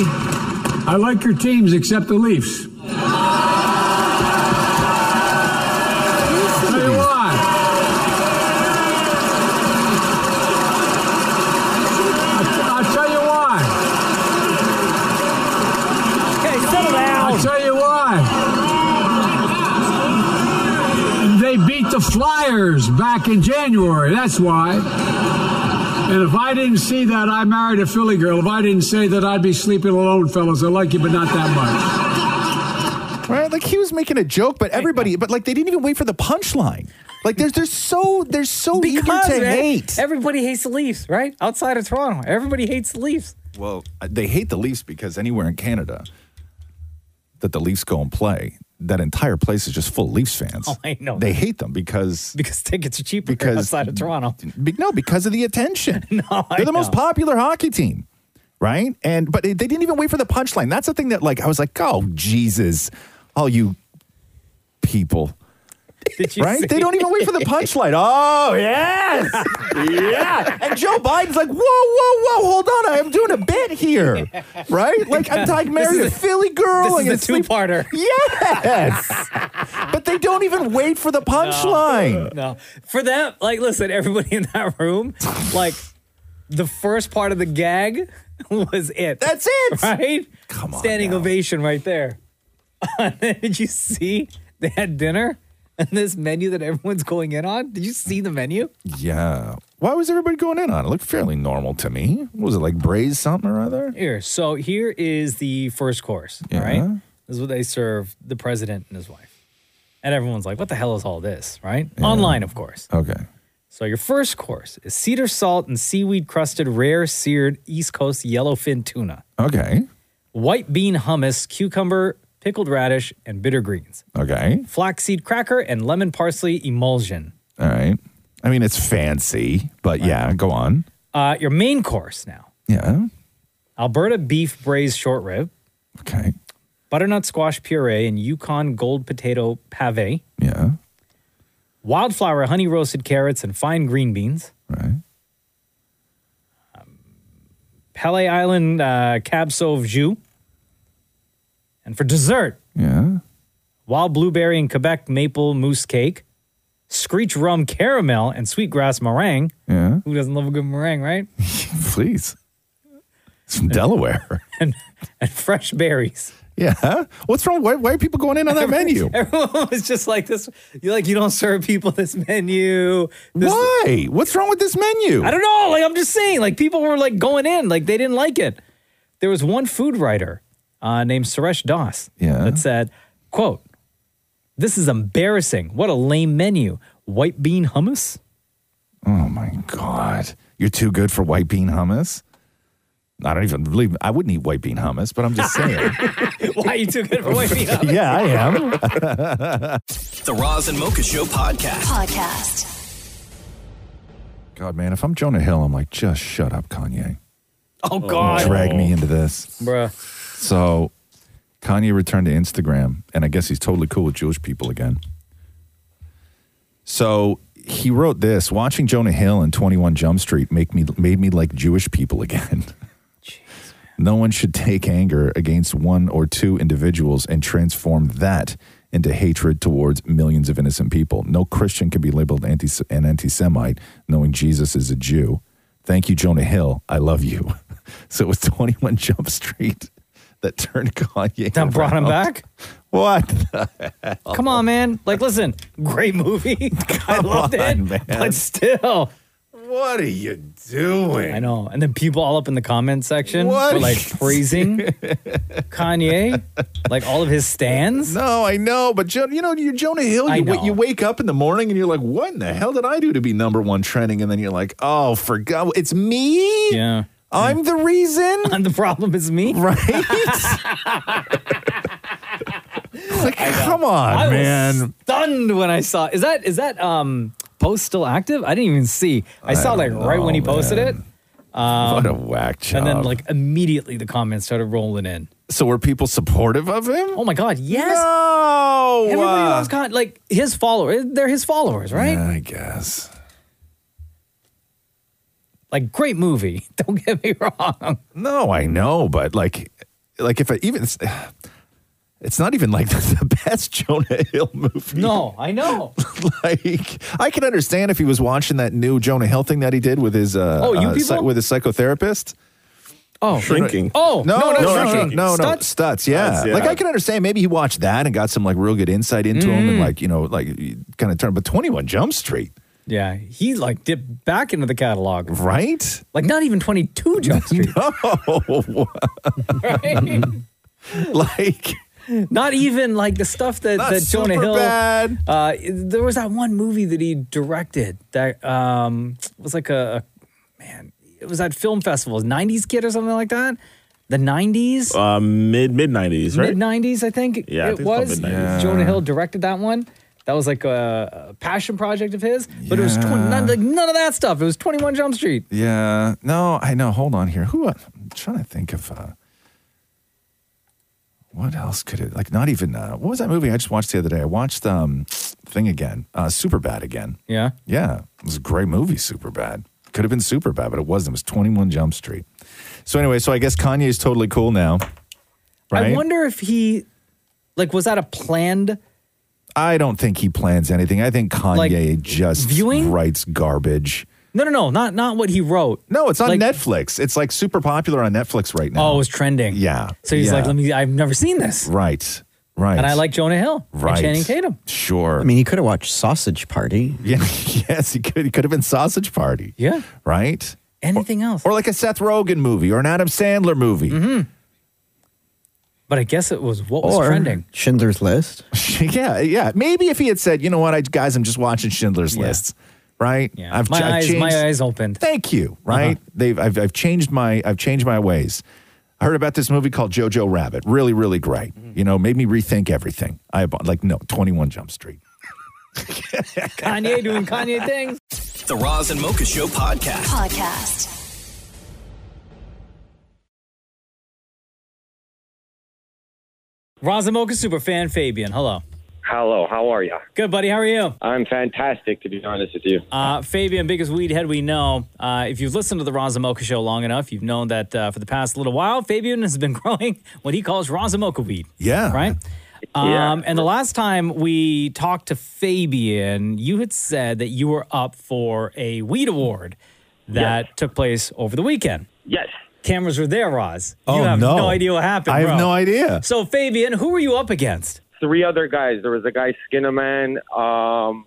Speaker 16: I like your teams except the Leafs. Tell you why. I'll tell you why.
Speaker 1: Okay, settle down.
Speaker 16: I'll tell you why. They beat the Flyers back in January. That's why. And if I didn't see that, I married a Philly girl. If I didn't say that, I'd be sleeping alone, fellas. I like you, but not that much.
Speaker 3: Right? Like he was making a joke, but everybody but like they didn't even wait for the punchline. Like there's they're so they're so eager to
Speaker 1: man,
Speaker 3: hate.
Speaker 1: Everybody hates the Leafs, right? Outside of Toronto, everybody hates the Leafs.
Speaker 3: Well, uh, they hate the Leafs because anywhere in Canada that the Leafs go and play, that entire place is just full of Leafs fans.
Speaker 1: Oh, I know.
Speaker 3: They hate them because
Speaker 1: because tickets are cheaper
Speaker 3: because
Speaker 1: outside of Toronto.
Speaker 3: Be- no, because of the attention. no,
Speaker 1: I
Speaker 3: they're the most
Speaker 1: know.
Speaker 3: popular hockey team, right? And but they they didn't even wait for the punchline. That's the thing that like I was like, oh Jesus, all you people,
Speaker 1: Did you
Speaker 3: right?
Speaker 1: see-
Speaker 3: They don't even wait for the punchline. Oh yes, yeah. And Joe Biden's like, whoa, whoa, whoa, hold on, I am doing a bit here, right? Like I'm like
Speaker 19: This
Speaker 3: married
Speaker 19: is
Speaker 3: a,
Speaker 19: a-
Speaker 3: Philly girl.
Speaker 19: this
Speaker 3: I'm
Speaker 19: is
Speaker 3: gonna
Speaker 19: a
Speaker 3: sleep-
Speaker 1: two-parter.
Speaker 3: Yes, but they don't even wait for the punchline.
Speaker 1: No, for them, like, listen, everybody in that room, like, the first part of the gag was it.
Speaker 3: That's it,
Speaker 1: right? Come on, standing ovation right there. And then did you see they had dinner and this menu that everyone's going in on? Did you see the menu?
Speaker 3: Yeah. Why was everybody going in on it? It looked fairly normal to me. What was it like braised something or other?
Speaker 1: Here, so here is the first course. All right, this is what they serve the president and his wife, and everyone's like, "What the hell is all this?" Right? Online, of course.
Speaker 3: Okay.
Speaker 1: So your first course is cedar salt and seaweed crusted rare seared East Coast yellowfin tuna,
Speaker 3: Okay.
Speaker 1: white bean hummus, cucumber, pickled radish, and bitter greens,
Speaker 3: Okay.
Speaker 1: flaxseed cracker, and lemon parsley emulsion.
Speaker 3: All right. I mean, it's fancy, but yeah, go on.
Speaker 1: Uh, your main course now.
Speaker 3: Yeah.
Speaker 1: Alberta beef braised short rib.
Speaker 3: Okay.
Speaker 1: butternut squash puree, and Yukon gold potato pave. Yeah. Wildflower honey roasted carrots and fine green beans. Right. Um, Pele Island uh, cab sauve jus. And for dessert,
Speaker 3: Yeah.
Speaker 1: wild blueberry and Quebec maple mousse cake, screech rum caramel, and sweetgrass meringue.
Speaker 3: Yeah.
Speaker 1: Who doesn't love a good meringue, right?
Speaker 3: Please. It's from Delaware.
Speaker 1: and, and fresh berries.
Speaker 3: Yeah. What's wrong? Why, why are people going in on that menu?
Speaker 1: Everyone was just like this. You like you don't serve people this menu. This,
Speaker 3: Why? What's wrong with this menu?
Speaker 1: I don't know. Like I'm just saying, like people were like going in, like they didn't like it. There was one food writer uh, named Suresh Das that said, "quote This is embarrassing. What a lame menu. White bean hummus."
Speaker 3: Oh my God. You're too good for white bean hummus? I don't even believe I wouldn't eat white bean hummus, but I'm just saying.
Speaker 1: Why you took it away from me?
Speaker 3: yeah, I am.
Speaker 2: The Roz and Mocha Show podcast.
Speaker 17: Podcast.
Speaker 3: God, man, if I'm Jonah Hill, I'm like, just shut up, Kanye.
Speaker 1: Oh God,
Speaker 3: Drag me into this.
Speaker 1: bruh.
Speaker 3: So Kanye returned to Instagram, and I guess he's totally cool with Jewish people again. So he wrote this: "Watching Jonah Hill and Twenty One Jump Street make me made me like Jewish people again." no one should take anger against one or two individuals and transform that into hatred towards millions of innocent people. No Christian can be labeled anti- an anti-Semite, knowing Jesus is a Jew. Thank you, Jonah Hill. I love you. so it was Twenty One Jump Street that turned Kanye.
Speaker 1: That brought him
Speaker 3: around.
Speaker 1: back?
Speaker 3: What the hell?
Speaker 1: Come on, man. Like, listen, great movie. I loved it.
Speaker 3: on, man.
Speaker 1: But still.
Speaker 3: What are you doing?
Speaker 1: I know. And then people all up in the comment section
Speaker 3: What?
Speaker 1: were like praising Kanye, like all of his stands.
Speaker 3: No, I know, but Jo- you know, you're Jonah Hill.
Speaker 1: I
Speaker 3: You, wa-
Speaker 1: know.
Speaker 3: you wake up in the morning and you're like, "What in the hell did I do to be number one trending?" And then you're like, "Oh, for God, it's me.
Speaker 1: Yeah,
Speaker 3: I'm the reason.
Speaker 1: And the problem is me,
Speaker 3: right? like, come on,
Speaker 1: I
Speaker 3: man.
Speaker 1: was stunned when I saw. Is that is that um post still active? I didn't even see. I, saw like right when he posted it. Um,
Speaker 3: what a whack job.
Speaker 1: And then like immediately the comments started rolling in.
Speaker 3: so were people supportive of him?
Speaker 1: Oh my God! Yes.
Speaker 3: No.
Speaker 1: Everybody
Speaker 3: uh,
Speaker 1: loves Kanye. Like his followers. They're his followers, right?
Speaker 3: I guess.
Speaker 1: Like great movie. Don't get me wrong.
Speaker 3: No, I know, but like, like if I even, it's, not even like the, the best Jonah Hill movie.
Speaker 1: No, I know.
Speaker 3: like I can understand if he was watching that new Jonah Hill thing that he did with his uh,
Speaker 1: Oh, you
Speaker 3: uh,
Speaker 1: people?
Speaker 3: with his psychotherapist.
Speaker 1: Oh,
Speaker 7: Shrinking.
Speaker 1: Oh
Speaker 3: no, no,
Speaker 1: not
Speaker 3: no, no, no,
Speaker 1: Shrinking.
Speaker 3: no,
Speaker 1: Stutz?
Speaker 3: Stutz, yeah.
Speaker 7: Stutz, yeah.
Speaker 3: Like I can understand maybe he watched that and got some like real good insight into him
Speaker 1: Mm.
Speaker 3: and like you know like kind of turned. But Twenty One Jump Street,
Speaker 1: Yeah, he like dipped back into the catalog,
Speaker 3: right?
Speaker 1: Like not even twenty two Jump Street,
Speaker 3: no,
Speaker 1: right?
Speaker 3: like
Speaker 1: not even like the stuff that
Speaker 3: Not
Speaker 1: that Jonah Hill.
Speaker 3: Superbad.
Speaker 1: Uh, there was that one movie that he directed that um was like a, a- man. It was at film festivals, '90s kid or something like that. The '90s,
Speaker 7: Uh, mid mid nineties, right?
Speaker 1: mid '90s, I think
Speaker 7: Yeah, I
Speaker 1: it
Speaker 7: think it's called
Speaker 1: was.
Speaker 7: mid-nineties.
Speaker 1: Jonah Hill directed that one. That was like a, a passion project of his, but it was 20, none, like none of that stuff. It was 21 Jump Street.
Speaker 3: yeah, no, I know. Hold on here. Who uh, I'm trying to think of. Uh, what else could it like? Not even uh, what was that movie I just watched the other day? I watched um thing again, uh, super bad again.
Speaker 1: Yeah.
Speaker 3: Yeah, it was a great movie, Super Bad. Could have been Super Bad, but it wasn't. It was 21 Jump Street. So, anyway, so I guess Kanye's totally cool now. Right?
Speaker 1: I wonder if he, like, was that a planned?
Speaker 3: I don't think he plans anything. I think Kanye
Speaker 1: Like,
Speaker 3: just
Speaker 1: viewing?
Speaker 3: writes garbage.
Speaker 1: No, no, no, not not what he wrote.
Speaker 3: No, it's on
Speaker 1: Like-
Speaker 3: Netflix. It's like super popular on Netflix right now.
Speaker 1: Oh, it was trending.
Speaker 3: yeah.
Speaker 1: So he's
Speaker 3: yeah.
Speaker 1: like, let me. I've never seen this,
Speaker 3: Right. Right.
Speaker 1: and I like Jonah Hill,
Speaker 3: Right.
Speaker 1: and Channing Tatum.
Speaker 3: Sure.
Speaker 5: I mean, he could have watched Sausage Party.
Speaker 3: Yeah, yes, he could. He could have been Sausage Party.
Speaker 1: Yeah.
Speaker 3: Right?
Speaker 1: Anything else? Mm-hmm.
Speaker 3: Or like a Seth Rogen movie or an Adam Sandler movie.
Speaker 1: But I guess it was what was trending.
Speaker 5: Schindler's List.
Speaker 3: yeah, yeah. Maybe if he had said, you know what, I, guys, I'm just watching Schindler's List, right? Yeah. I've,
Speaker 1: my
Speaker 3: I've
Speaker 1: eyes,
Speaker 3: changed.
Speaker 1: my eyes opened.
Speaker 3: Thank you. Right? They've I've, I've changed my I've changed my ways. I heard about this movie called Jojo Rabbit. Really, really great. You know, made me rethink everything. I ab- like no 21 Jump Street.
Speaker 1: Kanye doing Kanye things.
Speaker 2: The Roz and Mocha Show podcast.
Speaker 17: Podcast.
Speaker 1: Razamoka superfan Fabian, hello.
Speaker 20: Hello, how are you?
Speaker 1: Good, buddy. How are you?
Speaker 20: I'm fantastic, to be honest with you.
Speaker 1: Uh, Fabian, biggest weed head we know. Uh, if you've listened to the Razamoka show long enough, you've known that uh, for the past little while, Fabian has been growing what he calls Razamoka weed.
Speaker 3: Yeah.
Speaker 1: Right?
Speaker 20: Yeah.
Speaker 1: Um, and the last time we talked to Fabian, you had said that you were up for a weed award that took place over the weekend.
Speaker 20: Yes.
Speaker 1: Cameras were there, Roz.
Speaker 20: Oh,
Speaker 1: you have
Speaker 20: no.
Speaker 1: no. idea what happened.
Speaker 20: I have
Speaker 1: bro.
Speaker 20: no idea.
Speaker 1: So, Fabian, who were you up against?
Speaker 20: Three other guys. There was a guy Skinnerman. Um,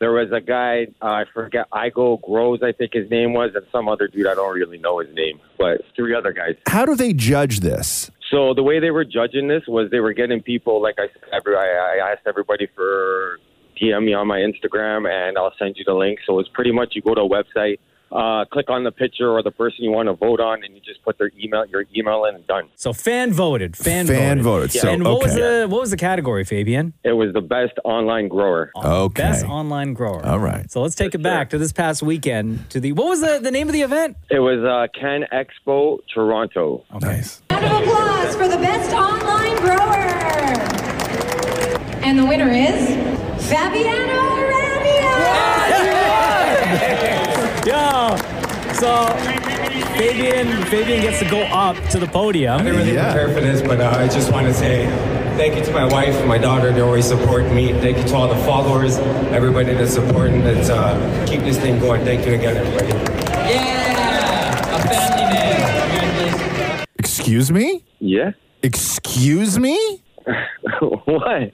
Speaker 20: there was a guy uh, I forget. Igo Groves, I think his name was, and some other dude I don't really know his name, but three other guys.
Speaker 3: How do they judge this?
Speaker 20: So the way they were judging this was they were getting people like I said, every, I, I asked everybody for DM me on my Instagram and I'll send you the link. So it's pretty much you go to a website, uh, click on the picture or the person you want to vote on, and you just put their email, your email in, and done.
Speaker 1: So, fan voted. Fan,
Speaker 20: Fan voted, so,
Speaker 1: and what was
Speaker 20: okay.
Speaker 1: the what was the category, Fabian?
Speaker 20: It was the best online grower.
Speaker 3: Okay.
Speaker 1: Best online grower.
Speaker 3: All right.
Speaker 1: So let's take it back to this past weekend to the what was the, the name of the event?
Speaker 20: It was uh, Can Expo Toronto.
Speaker 3: Nice.
Speaker 6: Applause for the best online grower. And the winner is Fabiano
Speaker 1: Yo. So Fabian Fabian gets to go up to the podium.
Speaker 21: I didn't really prepare for this, but uh, I just want to say thank you to my wife and my daughter. They always support me. Thank you to all the followers, everybody that's supporting. That's uh, keep this thing going. Thank you again, everybody.
Speaker 3: Excuse me?
Speaker 20: Yeah.
Speaker 3: Excuse me?
Speaker 20: what?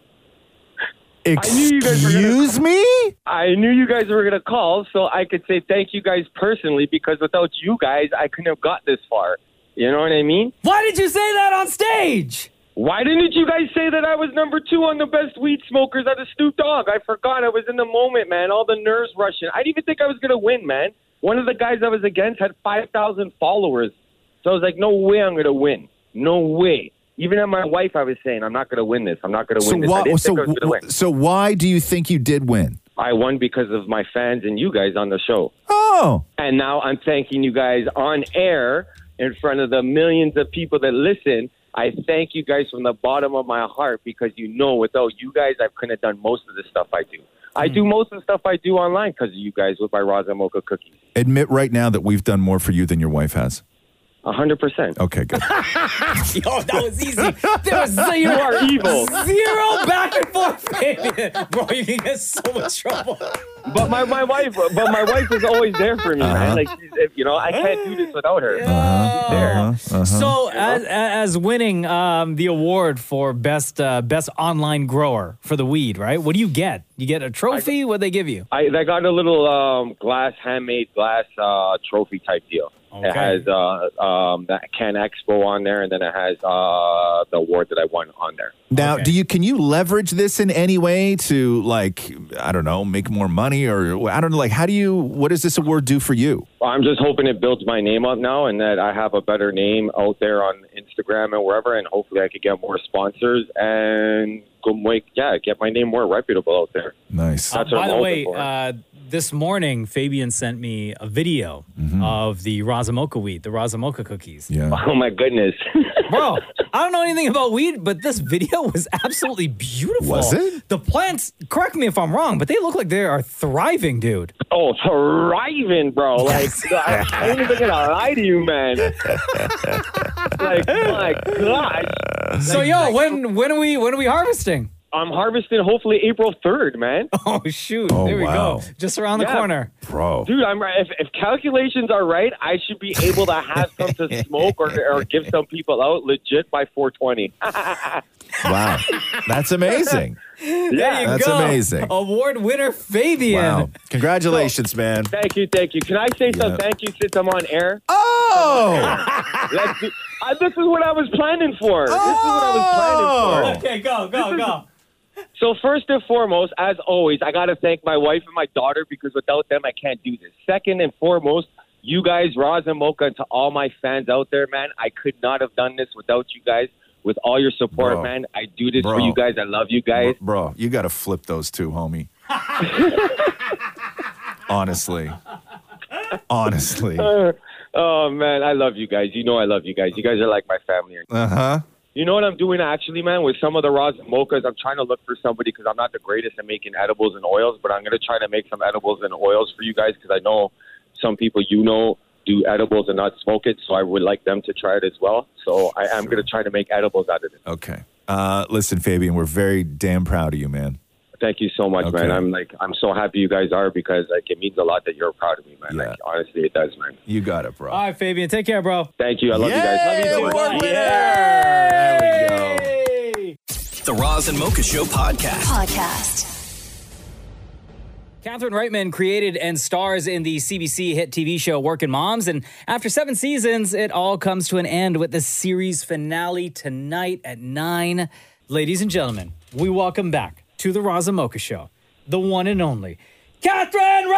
Speaker 3: Excuse me?
Speaker 20: I knew you guys were gonna call, so I could say thank you guys personally because without you guys, I couldn't have got this far. You know what I mean?
Speaker 1: Why did you say that on stage?
Speaker 20: Why didn't you guys say that I was number two on the best weed smokers at the Snoop Dogg? I forgot I was in the moment, man. All the nerves rushing. I didn't even think I was gonna win, man. One of the guys I was against had five thousand followers, so I was like, no way I'm gonna win. No way. Even at my wife, I was saying, I'm not gonna win this. I'm not gonna win
Speaker 3: So
Speaker 20: this. I
Speaker 3: why,
Speaker 20: didn't
Speaker 3: so,
Speaker 20: think I was gonna win.
Speaker 3: so why do you think you did win?
Speaker 20: I won because of my fans and you guys on the show.
Speaker 3: Oh.
Speaker 20: And now I'm thanking you guys on air in front of the millions of people that listen. I thank you guys from the bottom of my heart because you know without you guys, I couldn't have done most of the stuff I do. I
Speaker 1: Hmm.
Speaker 20: do most of the stuff I do online because of you guys with my Raza Mocha cookies.
Speaker 3: Admit right now that we've done more for you than your wife has.
Speaker 20: 100%.
Speaker 3: Okay, good.
Speaker 1: Yo, that was easy. There was zero,
Speaker 20: You are evil.
Speaker 1: Zero back and forth, Fabian. Bro, you can get so much trouble.
Speaker 20: But my, my wife, but my wife is always there for me,
Speaker 3: Uh-huh.
Speaker 20: man. Like she's, you know, I can't do this without her.
Speaker 3: Uh-huh.
Speaker 1: So, as, as winning um, the award for best uh, best online grower for the weed, right? What do you get? You get a trophy. What they give you?
Speaker 20: I, I got a little um, glass, handmade glass uh, trophy type deal. It
Speaker 1: Okay.
Speaker 20: has uh, um, that Can Expo on there, and then it has uh, the award that I won on there.
Speaker 3: Now, do you can you leverage this in any way to like I don't know, make more money or I don't know, like how do you what does this award do for you?
Speaker 20: I'm just hoping it builds my name up now, and that I have a better name out there on Instagram and wherever, and hopefully I could get more sponsors and go make yeah get my name more reputable out there.
Speaker 3: Nice.
Speaker 20: That's what
Speaker 1: By
Speaker 20: I'm
Speaker 1: the
Speaker 20: hoping
Speaker 1: way,
Speaker 20: for.
Speaker 1: uh, this morning Fabian sent me a video of the Razamoka weed, the Razamoka cookies.
Speaker 3: Yeah.
Speaker 20: Oh my goodness.
Speaker 1: Bro, I don't know anything about weed, but this video was absolutely beautiful.
Speaker 20: Was
Speaker 1: it? The plants, correct me if I'm wrong, but they look like they are thriving, dude.
Speaker 20: Oh, thriving, bro. Like, I, I ain't even gonna lie to you, man. like, my gosh.
Speaker 1: So
Speaker 20: Like,
Speaker 1: yo, when when are we when are we harvesting?
Speaker 20: I'm harvesting hopefully April 3rd, man.
Speaker 1: Oh, shoot. there we go. Just around the
Speaker 20: Yeah.
Speaker 1: corner.
Speaker 3: Bro.
Speaker 20: Dude, I'm right. If, if calculations are right, I should be able to have some to smoke or, or give some people out legit by 420.
Speaker 3: Wow. That's amazing.
Speaker 20: Yeah.
Speaker 1: There you
Speaker 3: That's
Speaker 1: go.
Speaker 3: amazing.
Speaker 1: Award winner Fabian.
Speaker 3: Wow. Congratulations, man.
Speaker 20: Thank you, thank you. Can I say some thank you since I'm on air?
Speaker 3: Oh!
Speaker 20: Let's do, I, this is what I was planning for. This is what I was planning for.
Speaker 1: Okay, go, go, go.
Speaker 20: So first and foremost, as always, I got to thank my wife and my daughter because without them, I can't do this. Second and foremost, you guys, Roz and Mocha, and to all my fans out there, man, I could not have done this without you guys. With all your support,
Speaker 3: Bro.
Speaker 20: man, I do this for
Speaker 3: Bro.
Speaker 20: you guys. I love you guys.
Speaker 3: Bro, you gotta flip those two, homie. Honestly. Honestly.
Speaker 20: Uh, oh man, I love you guys. You know I love you guys. You guys are like my family.
Speaker 3: Uh-huh.
Speaker 20: You know what I'm doing actually, man? With some of the raws and mochas, I'm trying to look for somebody because I'm not the greatest at making edibles and oils, but I'm going to try to make some edibles and oils for you guys because I know some people you know do edibles and not smoke it, so I would like them to try it as well. So I am going to try to make edibles out of it.
Speaker 3: Okay. Uh, listen, Fabian, we're very damn proud of you, man.
Speaker 20: Thank you so much,
Speaker 3: Okay.
Speaker 20: man. I'm like I'm so happy you guys are because like it means a lot that you're proud of me, man. Like honestly, it does, man.
Speaker 3: You got it, bro.
Speaker 1: All right, Fabian. Take care, bro.
Speaker 20: Thank you. I love you guys. Love you too.
Speaker 1: Love you.
Speaker 2: The Roz and Mocha Show podcast.
Speaker 17: Podcast.
Speaker 1: Catherine Reitman created and stars in the CBC hit TV show Working Moms. And after seven seasons, it all comes to an end with the series finale tonight at nine. Ladies and gentlemen, we welcome back to the Raza Mocha Show, the one and only Catherine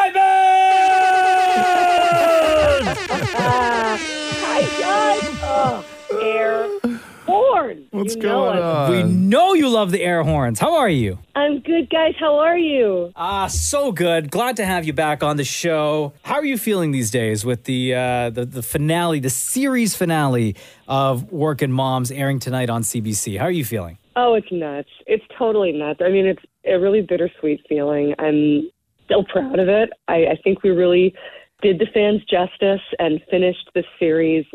Speaker 1: Reitman!
Speaker 22: Hi, guys. Oh, air horn. What's
Speaker 1: Going on. We know you love the air horns. How are you?
Speaker 22: I'm good, guys. How are you?
Speaker 1: Ah, so good. Glad to have you back on the show. How are you feeling these days with the uh, the, the finale, the series finale of Working Moms airing tonight on CBC? How are you feeling?
Speaker 22: Oh, it's nuts. It's totally nuts. I mean, it's a really bittersweet feeling. I'm so proud of it. I, I think we really did the fans justice and finished the series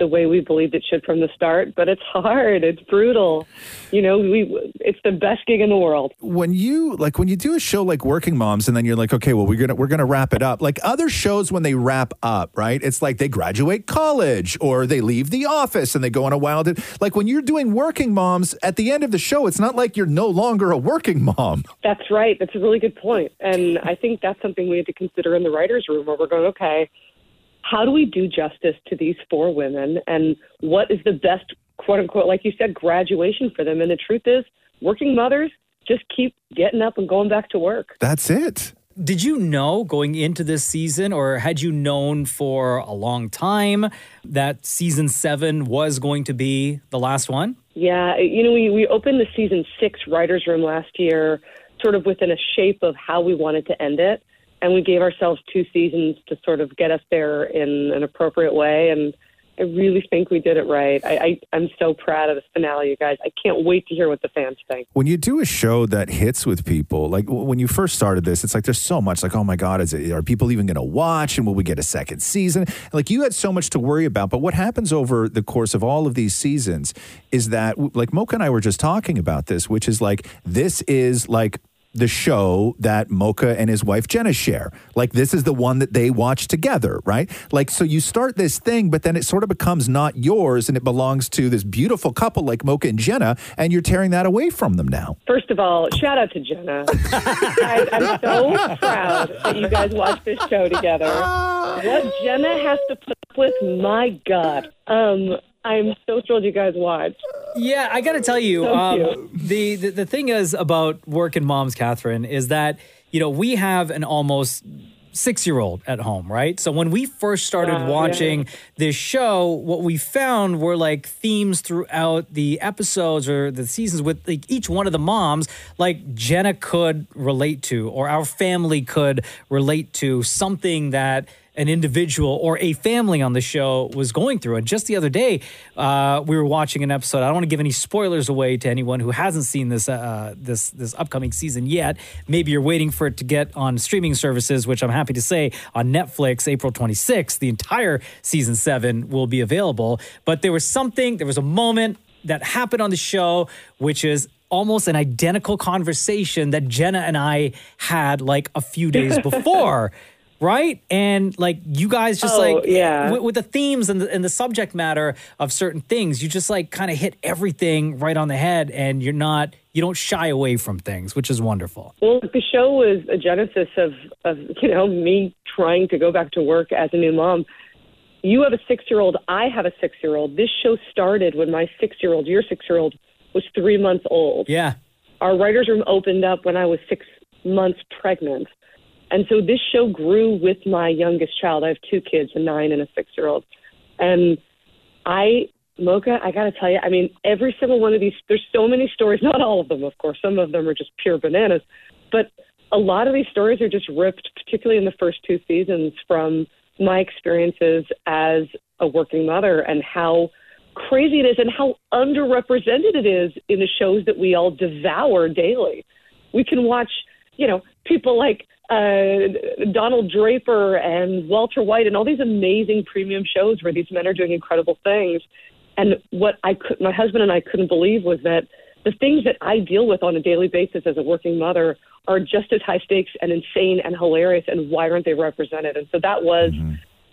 Speaker 22: the way we believed it should from the start. But it's hard. It's brutal. You know, we it's the best gig in the world.
Speaker 3: When you like when you do a show like Working Moms and then you're like, okay, well we're gonna we're gonna wrap it up. Like other shows when they wrap up, right? It's like they graduate college or they leave the office and they go on a wild like when you're doing working moms, at the end of the show, it's not like you're no longer a working mom.
Speaker 22: That's right. That's a really good point. And I think that's something we had to consider in the writer's room where we're going, okay, how do we do justice to these four women? And what is the best, quote unquote, like you said, graduation for them? And the truth is, working mothers just keep getting up and going back to work.
Speaker 3: That's it.
Speaker 1: Did you know going into this season, or had you known for a long time that season seven was going to be the last one?
Speaker 22: Yeah, you know, we, we opened the season six writers' room last year, sort of within a shape of how we wanted to end it, and we gave ourselves two seasons to sort of get us there in an appropriate way. And I really think we did it right. I, I I'm so proud of this finale, you guys. I can't wait to hear what the fans think.
Speaker 3: When you do a show that hits with people, like w- when you first started this, it's like there's so much like, oh my God, is it, are people even going to watch? And will we get a second season? And, Like you had so much to worry about. But what happens over the course of all of these seasons is that, w- like Mocha and I were just talking about this, which is like, this is like, the show that Mocha and his wife Jenna share. Like, this is the one that they watch together, right? Like, so you start this thing, but then it sort of becomes not yours and it belongs to this beautiful couple like Mocha and Jenna, and you're tearing that away from them now.
Speaker 22: First of all, shout out to Jenna. guys, I'm so proud that you guys watch this show together. What Jenna has to put up with, my God. Um, I'm so thrilled you guys watched.
Speaker 1: Yeah, I got to tell you,
Speaker 22: So
Speaker 1: um, the, the the thing is about working moms, Catherine, is that you know we have an almost six year old at home, right? So when we first started
Speaker 23: Wow, yeah.
Speaker 1: watching this show, what we found were like themes throughout the episodes or the seasons with like each one of the moms, like Jenna could relate to, or our family could relate to something that an individual or a family on the show was going through. And just the other day, uh, we were watching an episode. I don't want to give any spoilers away to anyone who hasn't seen this uh, this this upcoming season yet. Maybe you're waiting for it to get on streaming services, which I'm happy to say on Netflix, April 26th, the entire season seven will be available. But there was something, there was a moment that happened on the show, which is almost an identical conversation that Jenna and I had like a few days before right? And like you guys just
Speaker 22: Oh,
Speaker 1: like
Speaker 22: yeah.
Speaker 1: wi- with, the themes and the, and the subject matter of certain things, you just like kind of hit everything right on the head, and you're not you don't shy away from things, which is wonderful.
Speaker 22: Well, the show was a genesis of, of you know me trying to go back to work as a new mom. You have a six year old. I have a six year old. This show started when my six year old, your six year old, was three months old.
Speaker 1: Yeah.
Speaker 22: Our writers' room opened up when I was six months pregnant, and so this show grew with my youngest child. I have two kids, a nine and a six year old, and I. Mocha, I gotta tell you, I mean, every single one of these, there's so many stories, not all of them, of course. Some of them are just pure bananas but a lot of these stories are just ripped, particularly in the first two seasons, from my experiences as a working mother and how crazy it is and how underrepresented it is in the shows that we all devour daily. We can watch, you know, people like uh, Donald Draper and Walter White and all these amazing premium shows where these men are doing incredible things. And what I could, my husband and I couldn't believe was that the things that I deal with on a daily basis as a working mother are just as high stakes and insane and hilarious. And why aren't they represented? And so that was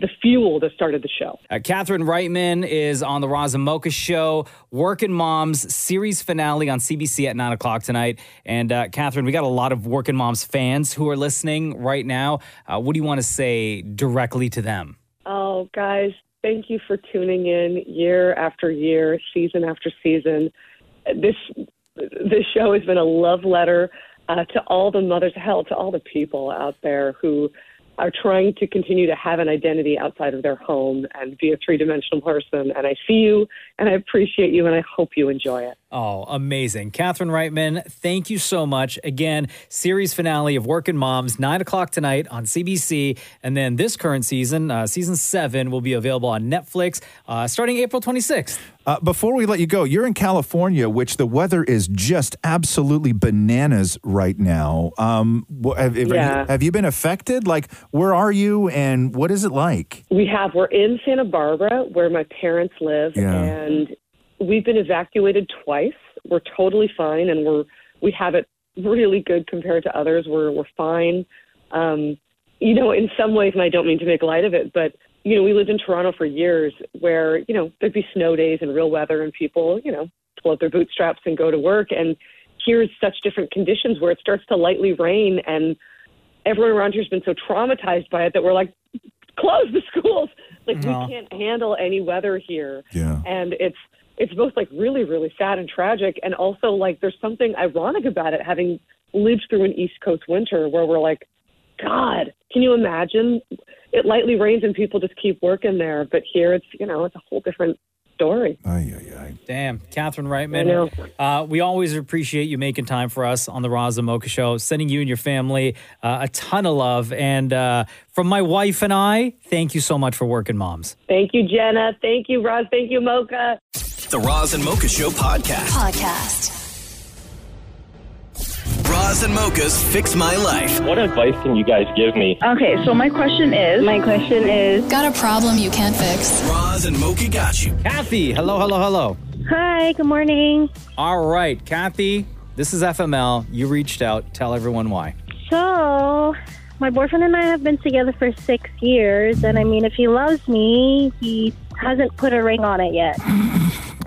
Speaker 22: the fuel that started the show.
Speaker 1: Uh, Catherine Reitman is on the Roz and Mocha Show, Working Moms series finale on CBC at nine o'clock tonight. And uh, Catherine, we got a lot of Working Moms fans who are listening right now. Uh, what do you want to say directly to them?
Speaker 22: Oh, guys, thank you for tuning in year after year, season after season. This this show has been a love letter uh, to all the mothers, hell, to all the people out there who are trying to continue to have an identity outside of their home and be a three dimensional person. And I see you, and I appreciate you, and I hope you enjoy it.
Speaker 1: Oh, amazing. Catherine Reitman, thank you so much. Again, series finale of Working Moms, 9 o'clock tonight on CBC. And then this current season, uh, season 7, will be available on Netflix uh, starting April 26th.
Speaker 3: Uh, before we let you go, you're in California, which the weather is just absolutely bananas right now. Um, wh- have, have,
Speaker 22: Yeah.
Speaker 3: have you been affected? Like, where are you and what is it like?
Speaker 22: We have. We're in Santa Barbara, where my parents live,
Speaker 3: Yeah.
Speaker 22: and we've been evacuated twice. We're totally fine, and we're we have it really good compared to others. We're we're fine. Um, you know, in some ways, and I don't mean to make light of it, but you know, we lived in Toronto for years, where you know there'd be snow days and real weather, and people you know pull up their bootstraps and go to work. And here's such different conditions where it starts to lightly rain, and everyone around here's been so traumatized by it that we're like, close the schools. Like
Speaker 24: No.
Speaker 22: we can't handle any weather here. Yeah. And it's it's both like really really sad and tragic, and also like there's something ironic about it, having lived through an East Coast winter where we're like, God, can you imagine? It lightly rains and people just keep working there, but here it's you know it's a whole different story.
Speaker 1: Damn, Catherine
Speaker 22: I know.
Speaker 1: Reitman. Uh, we always appreciate you making time for us on the Raza Mocha Show, sending you and your family uh, a ton of love. And uh, from my wife and I, thank you so much for working moms.
Speaker 22: Thank you, Jenna. Thank you, Roz. Thank you, Mocha.
Speaker 2: The Roz and Mocha Show podcast.
Speaker 6: Podcast.
Speaker 2: Roz and Mocha's Fix My Life.
Speaker 25: What advice can you guys give me?
Speaker 6: Okay, so my question is. My question is. Got a problem you can't fix.
Speaker 2: Roz and Mocha got you.
Speaker 1: Kathy, hello, hello, hello.
Speaker 25: Hi, good morning.
Speaker 1: All right, Kathy, this is FML. You reached out. Tell everyone why.
Speaker 25: So, my boyfriend and I have been together for six years, and I mean, if he loves me, he hasn't put a ring on it yet.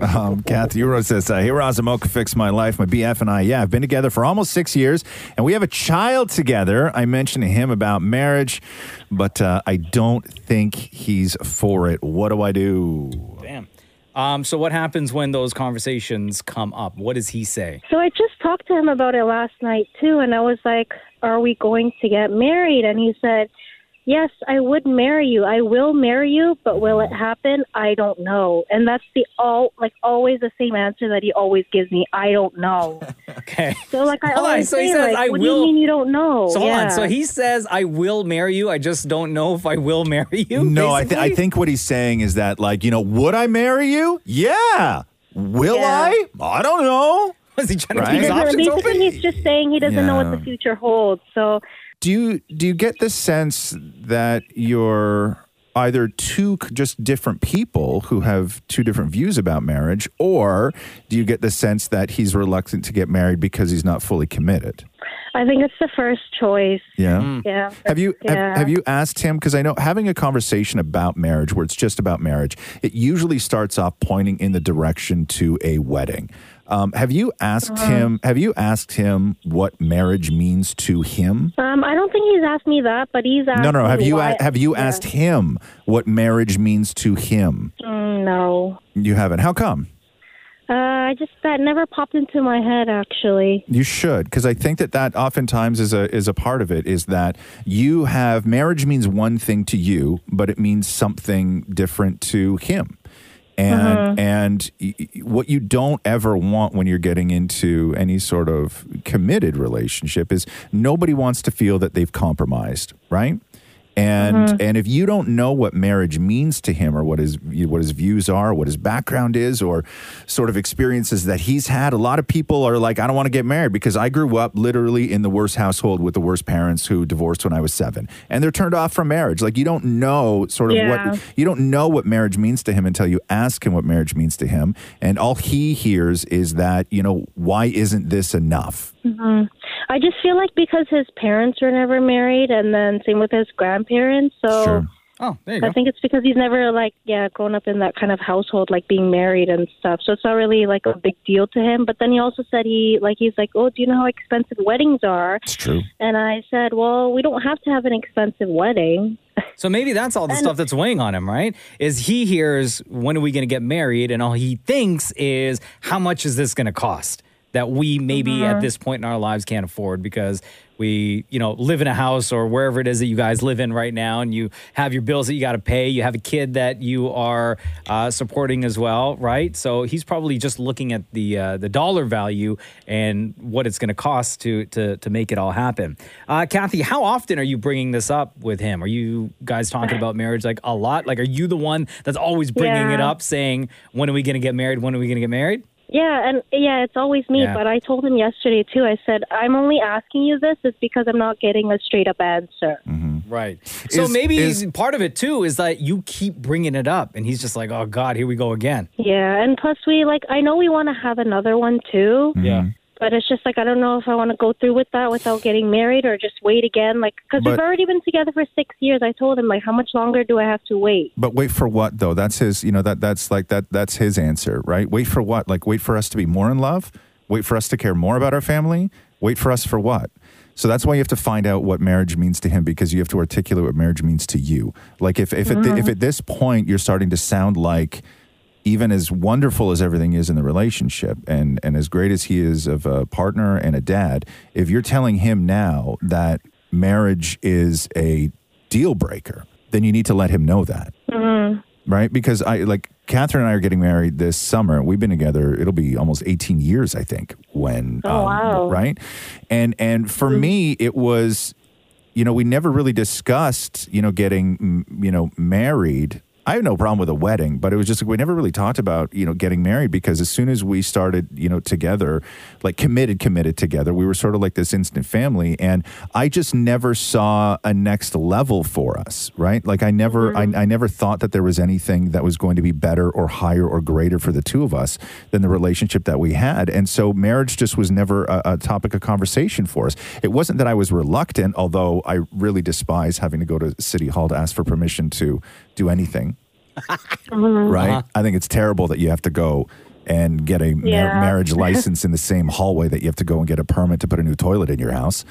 Speaker 3: Um, Kathy, you wrote this. Uh, hey, Razamoka fixed my life. My BF and I, yeah, have been together for almost six years, and we have a child together. I mentioned to him about marriage, but uh, I don't think he's for it. What do I do?
Speaker 1: Damn. Um, so, what happens when those conversations come up? What does he say?
Speaker 25: So, I just talked to him about it last night, too, and I was like, Are we going to get married? And he said, Yes, I would marry you. I will marry you, but will it happen? I don't know. And that's the all, like, always the same answer that he always gives me I don't know.
Speaker 1: Okay.
Speaker 25: So, like, I
Speaker 1: Hold on,
Speaker 25: always
Speaker 1: so he
Speaker 25: say,
Speaker 1: says,
Speaker 25: like,
Speaker 1: "I
Speaker 25: What do
Speaker 1: will-"
Speaker 25: you mean you don't know?
Speaker 1: So, hold
Speaker 25: yeah.
Speaker 1: on. So, he says, I will marry you. I just don't know if I will marry you.
Speaker 3: No, I, th- I
Speaker 1: basically?
Speaker 3: think what he's saying is that, like, you know, would I marry you? Yeah. Will
Speaker 25: Yeah.
Speaker 3: I? I don't know.
Speaker 1: Was he trying
Speaker 25: He doesn't, basically, he's just saying he doesn't know what
Speaker 3: Yeah.
Speaker 25: the future holds. So
Speaker 3: do you do you get the sense that you're either two c- just different people who have two different views about marriage or do you get the sense that he's reluctant to get married because he's not fully committed
Speaker 25: I think it's the first choice.
Speaker 3: yeah
Speaker 25: Yeah.
Speaker 3: Have you have-
Speaker 25: Yeah.
Speaker 3: have, you asked him? Because I know having a conversation about marriage, where it's just about marriage, it usually starts off pointing in the direction to a wedding. Um, have you asked
Speaker 25: Uh-huh.
Speaker 3: him? Have you asked him what marriage means to him?
Speaker 25: Um, I don't think he's asked me that, but he's asked.
Speaker 3: no, no.
Speaker 25: me
Speaker 3: Have you
Speaker 25: why-
Speaker 3: a- have you asked him what marriage means to him?
Speaker 25: Mm, no.
Speaker 3: You haven't. How come?
Speaker 25: Uh, I just that never popped into my head actually.
Speaker 3: You should, because I think that that oftentimes is a is a part of it. Is that you have marriage means one thing to you, but it means something different to him. And
Speaker 26: Mhm.
Speaker 3: and y- y- what you don't ever want when you're getting into any sort of committed relationship is nobody wants to feel that they've compromised, right? And
Speaker 15: Mhm.
Speaker 3: and if you don't know what marriage means to him or what his what his views are, what his background is or sort of experiences that he's had, a lot of people are like I don't want to get married because I grew up literally in the worst household with the worst parents who divorced when I was 7 and they're turned off from marriage. Like you don't know sort of
Speaker 15: Yeah.
Speaker 3: what you don't know what marriage means to him until you ask him what marriage means to him and all he hears is that, you know, why isn't this enough?
Speaker 25: hmm I just feel like because his parents were never married, and then same with his grandparents. So
Speaker 3: Sure.
Speaker 1: Oh, there
Speaker 25: I think it's because he's never like yeah grown up in that kind of household, like being married and stuff. So it's not really like a big deal to him. But then he also said he like he's like oh do you know how expensive weddings are? It's
Speaker 3: true.
Speaker 25: And I said well we don't have to have an expensive wedding.
Speaker 1: So maybe that's all the stuff that's weighing on him, right? Is he hears when are we going to get married, and all he thinks is how much is this going to cost that we maybe at
Speaker 27: Mhm.
Speaker 1: this point in our lives can't afford because we you know live in a house or wherever it is that you guys live in right now, and you have your bills that you got to pay, you have a kid that you are uh, supporting as well, right? So he's probably just looking at the uh, the dollar value and what it's going to cost to to to make it all happen. Uh, Kathy, how often are you bringing this up with him? Are you guys talking about marriage like a lot? Like, are you the one that's always bringing it
Speaker 25: Yeah.
Speaker 1: up, saying when are we going to get married? When are we going to get married?
Speaker 25: Yeah, and yeah, it's always me.
Speaker 1: Yeah.
Speaker 25: But I told him yesterday too. I said I'm only asking you this is because I'm not getting a straight up answer.
Speaker 1: Right. So
Speaker 25: Is-
Speaker 1: maybe
Speaker 25: is-
Speaker 1: part of it too is that you keep bringing it up, and he's just like, "Oh God, here we go again."
Speaker 25: Yeah, and plus we like I know we want to have another one too.
Speaker 3: Mm-hmm.
Speaker 1: Yeah.
Speaker 25: But it's just like I don't know if I want to go through with that without getting married or just wait again. Like because we've
Speaker 3: But-
Speaker 25: already been together for six years. I told him like how much longer do I have to wait?
Speaker 3: But wait for what though? That's his, you know, that that's like that that's his answer, right? Wait for what? Like wait for us to be more in love? Wait for us to care more about our family? Wait for us for what? So that's why you have to find out what marriage means to him because you have to articulate what marriage means to you. Like if if at, thi- if
Speaker 15: Mhm.
Speaker 3: at this point you're starting to sound like even as wonderful as everything is in the relationship and, and as great as he is of a partner and a dad, if you're telling him now that marriage is a deal breaker, then you need to let him know that
Speaker 14: 嗯
Speaker 25: Mm-hmm.
Speaker 3: right? Because I like Catherine and I are getting married this summer. We've been together; it'll be almost eighteen years, I think. When uh,
Speaker 15: Oh, wow.
Speaker 3: right? And and for me, it was, you know, we never really discussed, you know, getting, mm, you know, married. I have no problem with a wedding, but it was just like we never really talked about, you know, getting married because as soon as we started, you know, together, like committed, committed together, we were sort of like this instant family. And I just never saw a next level for us, right? Like I never, I, I never thought that there was anything that was going to be better or higher or greater for the two of us than the relationship that we had. And so marriage just was never a, a topic of conversation for us. It wasn't that I was reluctant, although I really despise having to go to city hall to ask for permission to do anything
Speaker 24: Mm-hmm.
Speaker 3: right?
Speaker 24: Uh-huh.
Speaker 3: I think it's terrible that you have to go and get a mar-
Speaker 15: Yeah.
Speaker 3: marriage license in the same hallway that you have to go and get a permit to put a new toilet in your house.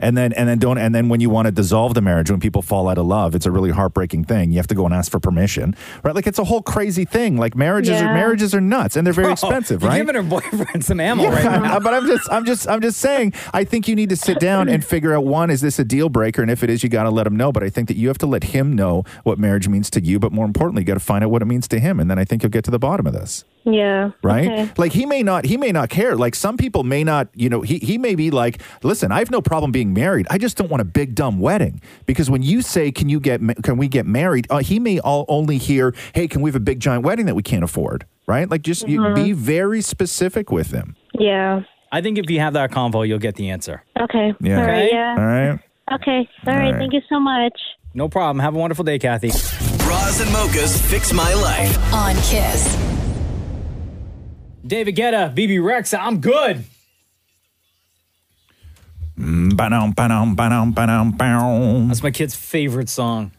Speaker 3: And then and then don't and then when you want to dissolve the marriage when people fall out of love it's a really heartbreaking thing you have to go and ask for permission right like it's a whole crazy thing like marriages are
Speaker 1: Yeah.
Speaker 3: marriages are nuts and they're very
Speaker 1: Bro,
Speaker 3: expensive
Speaker 1: Oh, you're
Speaker 3: right
Speaker 1: Giving her boyfriend some ammo
Speaker 3: Yeah,
Speaker 1: right now.
Speaker 3: but I'm just, I'm just, I'm just saying. I think you need to sit down and figure out one: is this a deal breaker? And if it is, you got to let him know. But I think that you have to let him know what marriage means to you. But more importantly, you got to find out what it means to him, and then I think you'll get to the bottom of this
Speaker 25: Yeah.
Speaker 3: right
Speaker 25: Okay.
Speaker 3: like he may not he may not care like some people may not you know he, he may be like listen i have no problem being married i just don't want a big dumb wedding because when you say can you get ma- can we get married uh, he may all only hear hey can we have a big giant wedding that we can't afford right like just you,
Speaker 25: Mhm.
Speaker 3: be very specific with them
Speaker 25: Yeah.
Speaker 1: I think if you have that convo, you'll get the answer.
Speaker 25: Okay.
Speaker 1: Yeah.
Speaker 25: All right.
Speaker 1: Okay.
Speaker 25: Yeah.
Speaker 1: All
Speaker 3: right.
Speaker 25: Okay. All right.
Speaker 1: right.
Speaker 25: Thank you so much.
Speaker 1: No problem. Have a wonderful day, Kathy.
Speaker 2: Roz and Mocha's Fix My Life.
Speaker 28: On Kiss.
Speaker 1: David Guetta, BB Rexa, I'm good.
Speaker 3: Mm-hmm. Mm, That's
Speaker 1: my kid's favorite song.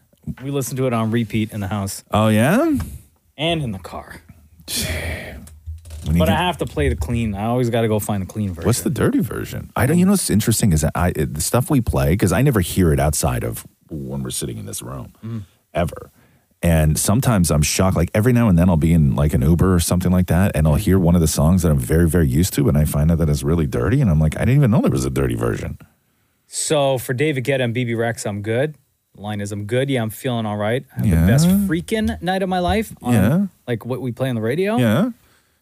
Speaker 1: We listen to it on repeat in the house
Speaker 3: oh yeah
Speaker 1: and in the car.
Speaker 3: When you
Speaker 1: But I
Speaker 3: get-
Speaker 1: have to play the clean. I always got to go find the clean version.
Speaker 3: what's the dirty version i don't you know what's interesting is that i it, the stuff we play because i never hear it outside of when we're sitting in this room ever. And sometimes I'm shocked. Like every now and then I'll be in like an Uber or something like that, and I'll hear one of the songs that I'm very, very used to, and I find out that it's really dirty. And I'm like, I didn't even know there was a dirty version.
Speaker 1: So for David Guetta and BB Rex, I'm good. The line is I'm good. Yeah, I'm feeling all right. I have
Speaker 3: Yeah.
Speaker 1: the best freaking night of my life. On,
Speaker 3: Yeah.
Speaker 1: Like what we play on the radio.
Speaker 3: Yeah.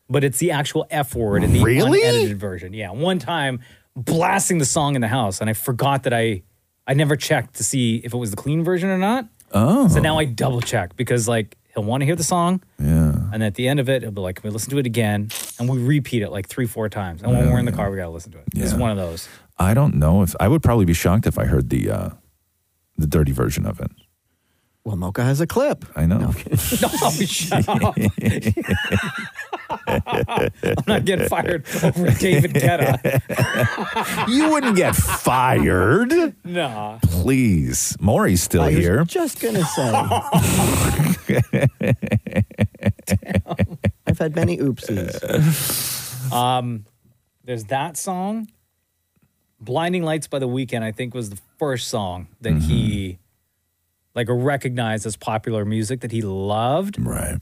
Speaker 1: But it's the actual F word in the really? unedited version. Yeah. One time blasting the song in the house and I forgot that I I never checked to see if it was the clean version or not.
Speaker 3: Oh.
Speaker 1: So now I double check because like he'll want to hear the song.
Speaker 3: Yeah.
Speaker 1: And at the end of it, he'll be like, "Can we listen to it again?" And we repeat it like three, four times. And when
Speaker 3: Yeah,
Speaker 1: we're in the car, we gotta listen to it. It's
Speaker 3: Yeah.
Speaker 1: one of those.
Speaker 3: I don't know if I would probably be shocked if I heard the uh, the dirty version of it.
Speaker 5: Well, Mocha has a clip.
Speaker 3: I know.
Speaker 1: No, shut up. I'm not getting fired over David Guetta.
Speaker 3: you wouldn't get fired.
Speaker 1: Nah.
Speaker 3: Please. Maury's still
Speaker 5: I was
Speaker 3: here.
Speaker 5: just gonna say. I've had many oopsies.
Speaker 1: Um, there's that song. Blinding Lights by the Weekend, I think, was the first song that
Speaker 3: Mm-hmm.
Speaker 1: he like recognized as popular music that he loved.
Speaker 3: Right.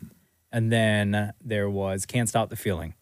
Speaker 1: And then there was Can't Stop the Feeling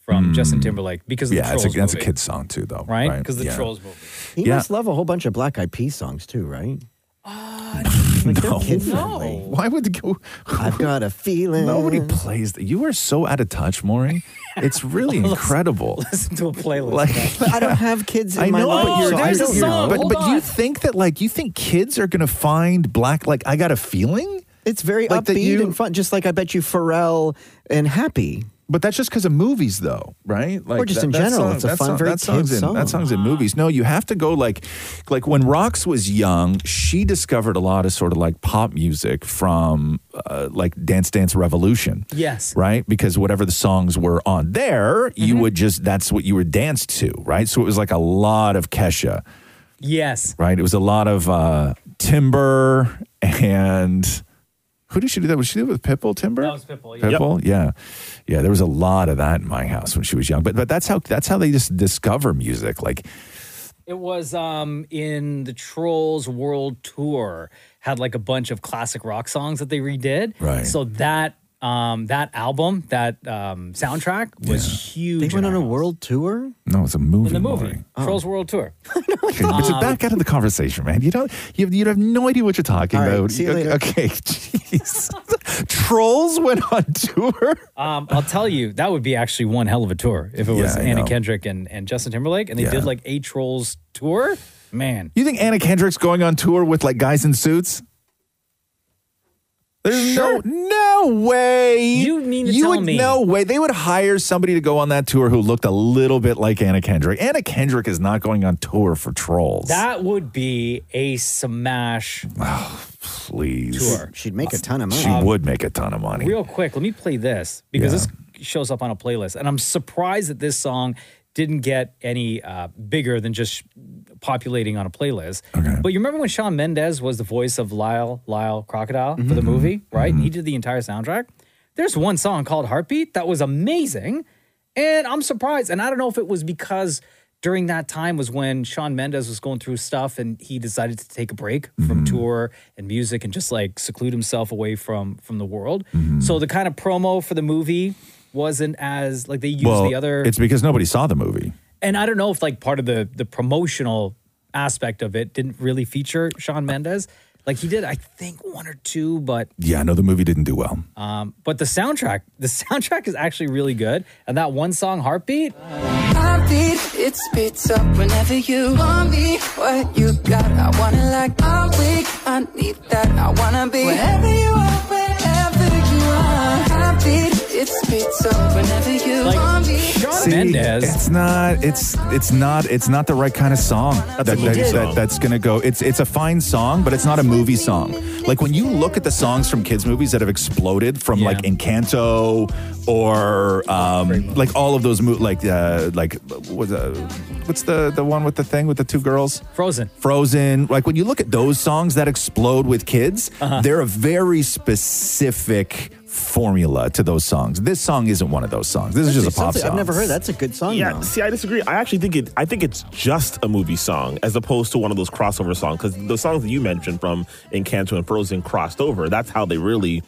Speaker 1: from
Speaker 3: Mm.
Speaker 1: Justin Timberlake because of
Speaker 3: yeah,
Speaker 1: the
Speaker 3: that's
Speaker 1: Trolls
Speaker 3: a, that's a
Speaker 1: movie.
Speaker 3: kid's song too, though.
Speaker 1: Right? Because the Trolls movie.
Speaker 5: He
Speaker 3: Yeah.
Speaker 5: must love a whole bunch of Black Eyed Peas songs too, right?
Speaker 1: Uh,
Speaker 3: no. Why would go?
Speaker 5: I've got a feeling.
Speaker 3: Nobody plays that. You are so out of touch, Maury. It's really incredible.
Speaker 1: Listen to a playlist.
Speaker 5: but I don't have kids in
Speaker 3: I
Speaker 5: my
Speaker 3: know,
Speaker 5: life.
Speaker 3: but,
Speaker 5: so
Speaker 3: you're,
Speaker 5: I don't know.
Speaker 3: but, but you think that like you think kids are gonna find black like I got a feeling?
Speaker 5: It's very
Speaker 3: Like that
Speaker 5: upbeat
Speaker 3: you-
Speaker 5: and fun, just like I bet you Pharrell and Happy.
Speaker 3: But that's just because of movies, though, right?
Speaker 5: or just
Speaker 3: that-
Speaker 5: in
Speaker 3: that
Speaker 5: general,
Speaker 3: song-
Speaker 5: it's a
Speaker 3: that
Speaker 5: fun,
Speaker 3: song-
Speaker 5: very
Speaker 3: that song's
Speaker 5: kid
Speaker 3: in,
Speaker 5: song.
Speaker 3: That song's in movies. No, you have to go like, like when Rox was young, she discovered a lot of sort of like pop music from uh, like Dance Dance Revolution.
Speaker 1: Yes.
Speaker 3: Right? Because whatever the songs were on there, you
Speaker 5: Mm-hmm.
Speaker 3: would just, that's what you were danced to, right? So it was like a lot of Kesha,
Speaker 1: Yes.
Speaker 3: right? It was a lot of uh, Timber and who did she do that? Was she do it with Pitbull Timber? That was
Speaker 1: Pitbull.
Speaker 3: Yeah. yeah, yeah. There was a lot of that in my house when she was young. But but that's how that's how they just discover music. Like
Speaker 1: It was um in the Trolls World Tour had like a bunch of classic rock songs that they redid.
Speaker 3: Right.
Speaker 1: So that um that album, that um soundtrack was huge.
Speaker 5: They went on a world tour?
Speaker 3: no, it's a movie.
Speaker 1: in the movie,
Speaker 3: Oh.
Speaker 1: Trolls World Tour.
Speaker 3: Okay, but you back out of the conversation, man. You don't. You you have no idea what you're talking
Speaker 1: All right,
Speaker 3: about.
Speaker 1: see you
Speaker 3: okay,
Speaker 1: later.
Speaker 3: okay, jeez. Trolls went on tour.
Speaker 1: Um, I'll tell you, that would be actually one hell of a tour if it was
Speaker 3: Yeah, I
Speaker 1: Anna
Speaker 3: know.
Speaker 1: Kendrick and, and Justin Timberlake, and they
Speaker 3: Yeah.
Speaker 1: did like a Trolls tour. Man,
Speaker 3: You think Anna Kendrick's going on tour with like guys in suits? There's no no way.
Speaker 1: You mean to
Speaker 3: you
Speaker 1: tell
Speaker 3: would,
Speaker 1: me-
Speaker 3: No way. They would hire somebody to go on that tour who looked a little bit like Anna Kendrick. Anna Kendrick is not going on tour for trolls.
Speaker 1: that would be a smash.
Speaker 3: Please.
Speaker 1: Tour.
Speaker 5: She'd make a ton of
Speaker 3: She
Speaker 1: Um,
Speaker 3: would make a ton of money.
Speaker 1: Real quick, let me play this because
Speaker 3: Yeah.
Speaker 1: this shows up on a playlist, and I'm surprised that this song didn't get any uh, bigger than just populating on a playlist. But you remember when Sean Mendez was the voice of Lyle Lyle Crocodile for
Speaker 3: Mm-hmm.
Speaker 1: the movie, right? And He did the entire soundtrack. There's one song called Heartbeat that was amazing, and I'm surprised. And I don't know if it was because during that time was when Sean Mendez was going through stuff and he decided to take a break from
Speaker 3: Mm-hmm.
Speaker 1: tour and music and just like seclude himself away from from the world.
Speaker 3: Mm-hmm.
Speaker 1: So the kind of promo for the movie wasn't as like they used
Speaker 3: well,
Speaker 1: the other
Speaker 3: it's because nobody saw the movie.
Speaker 1: and I don't know if like part of the the promotional aspect of it didn't really feature Sean Mendez. Like he did, I think one or two, but
Speaker 3: Yeah, I know the movie didn't do well.
Speaker 1: um, but the soundtrack, the soundtrack is actually really good. And that one song, Heartbeat,
Speaker 29: Heartbeat, it spits up whenever you want me. What you got, I wanna like. I'm weak, I need that, I wanna be. Wherever you are, wherever you are. Heartbeat, it spits up whenever you want me.
Speaker 3: See, It's not. It's it's not. It's not the right kind of song. That,
Speaker 1: a movie
Speaker 3: that-
Speaker 1: song.
Speaker 3: that- that's gonna go. It's it's a fine song, but it's not a movie song. Like when you look at the songs from kids movies that have exploded from like Encanto or um, like all of those mo- like uh, like what's, uh, what's the the one with the thing with the two girls?
Speaker 1: Frozen.
Speaker 3: Frozen. Like when you look at those songs that explode with kids, they're a very specific formula to those songs. This song isn't one of those songs. This is just a pop song.
Speaker 5: a good song.
Speaker 7: Yeah. See, I disagree. I actually think it. I think it's just a movie song as opposed to one of those crossover songs because the songs that you mentioned from Encanto and Frozen crossed over. That's how they really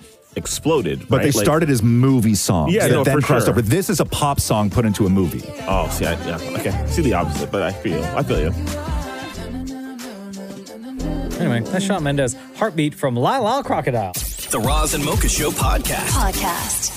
Speaker 3: But
Speaker 7: exploded.
Speaker 3: they
Speaker 7: right? Like-
Speaker 3: started as movie songs
Speaker 7: Yeah,
Speaker 3: that
Speaker 7: no,
Speaker 3: then
Speaker 7: for
Speaker 3: crossed
Speaker 7: sure.
Speaker 3: over. This is a pop song put into a movie.
Speaker 7: Oh, see, I, yeah, okay. See the opposite, but I feel, I feel you.
Speaker 1: Anyway, that's Sean Mendez. Heartbeat from La La Crocodile.
Speaker 30: The Roz and Mocha Show podcast.
Speaker 2: Podcast.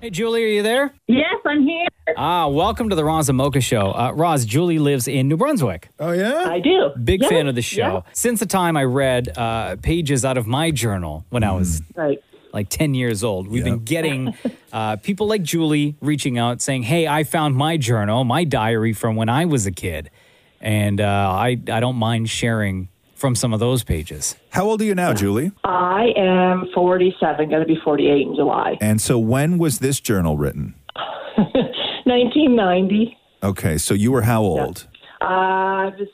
Speaker 1: Hey, Julie, are you there?
Speaker 24: Yes, I'm here.
Speaker 1: Ah, welcome to the Roz and Mocha Show. Uh, Roz, Julie lives in New Brunswick.
Speaker 3: Oh, yeah?
Speaker 24: I do.
Speaker 1: Big
Speaker 24: Yeah,
Speaker 1: fan of the
Speaker 24: yeah.
Speaker 1: show. Since the time I read uh, pages out of my journal when
Speaker 3: Hmm.
Speaker 1: I was
Speaker 24: Right.
Speaker 1: like 10 years old, we've been getting uh, people like Julie reaching out saying, Hey, I found my journal, my diary from when I was a kid. And uh, I, I don't mind sharing from some of those pages.
Speaker 3: How old are you now, Julie?
Speaker 24: I am 47, going to be 48 in July.
Speaker 3: And so when was this journal written?
Speaker 24: 1990.
Speaker 3: Okay, so you were how old?
Speaker 24: I was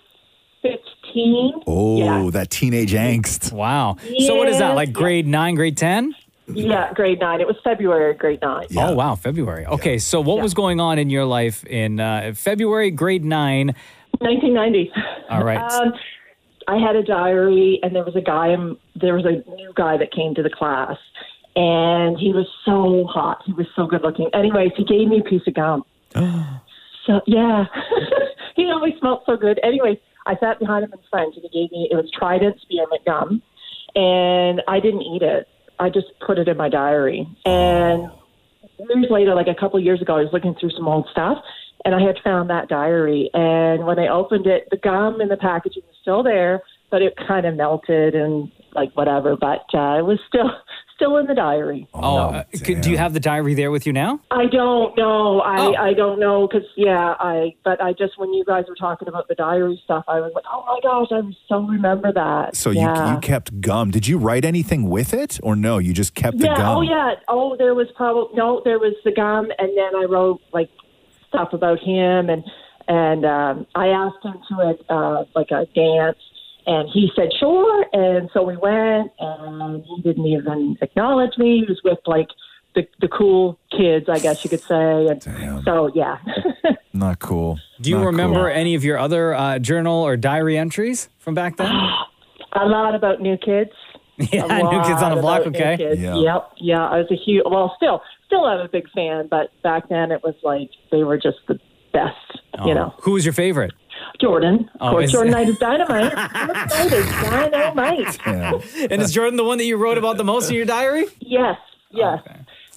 Speaker 24: 15.
Speaker 3: Oh, that teenage angst.
Speaker 1: Wow. So, what is that,
Speaker 24: Yes.
Speaker 1: like grade nine, grade 10?
Speaker 24: Yeah, grade nine. It was February, grade nine.
Speaker 1: Oh wow, February. Okay, so what was going on in your life in uh, February, grade nine?
Speaker 24: 1990.
Speaker 1: All right.
Speaker 24: Um, I had a diary, and there was a guy. um, There was a new guy that came to the class, and he was so hot. He was so good looking. Anyways, he gave me a piece of gum.
Speaker 1: Oh.
Speaker 24: so yeah, he always smelled so good. Anyways, I sat behind him in French, and he gave me it was Trident spearmint gum, and I didn't eat it. I just put it in my diary, and years later, like a couple years ago, I was looking through some old stuff and I had found that diary. And when I opened it, the gum in the packaging was still there, but it kind of melted and like whatever. But uh, it was still still in the diary.
Speaker 1: Oh, uh, could, do you have the diary there with you now?
Speaker 24: I don't know. I I don't know because yeah, I but I just when you guys were talking about the diary stuff, I was like, oh my gosh, I so remember that.
Speaker 3: So
Speaker 24: yeah.
Speaker 3: you, you kept gum. Did you write anything with it or no? You just kept
Speaker 24: yeah.
Speaker 3: the gum.
Speaker 24: Oh yeah. Oh, there was probably no. There was the gum, and then I wrote like stuff about him, and and um, I asked him to a uh, like a dance, and he said sure, and so we went, and he didn't even acknowledge me. He was with like the the cool kids, I guess you could say, and so yeah.
Speaker 3: Not cool.
Speaker 1: Do you
Speaker 24: Not
Speaker 1: remember
Speaker 24: cool.
Speaker 1: any of your other uh, journal or diary entries from back then?
Speaker 24: a lot about new kids.
Speaker 1: Yeah, New Kids on the
Speaker 24: lot
Speaker 1: Block,
Speaker 24: about
Speaker 1: okay.
Speaker 24: New kids.
Speaker 1: Yeah.
Speaker 24: Yep. Yeah, I was a huge. Well, still, still, I'm a big fan. But back then, it was like they were just the best.
Speaker 1: Oh.
Speaker 24: You know,
Speaker 1: who was your favorite?
Speaker 24: Jordan. Of
Speaker 1: Oh,
Speaker 24: course,
Speaker 1: is-
Speaker 24: Jordan Knight is dynamite. Jordan Knight is dynamite.
Speaker 1: and is Jordan the one that you wrote about the most in your diary?
Speaker 24: Yes. Yes.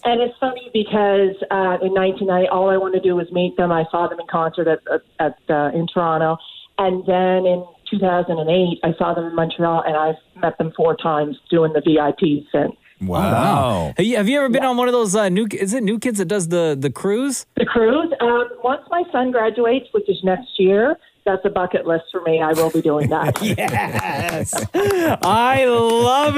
Speaker 24: And it's funny because uh, in 1990, all I wanted to do was meet them. I saw them in concert at, at, at uh, in Toronto, and then in 2008, I saw them in Montreal, and I've met them four times doing the VIP since.
Speaker 1: Have you, have you ever been on one of those uh, new? Is it New Kids that does the the cruise?
Speaker 24: The cruise. Um, once my son graduates, which is next year, that's a bucket list for me. I will be doing that.
Speaker 1: yes. I love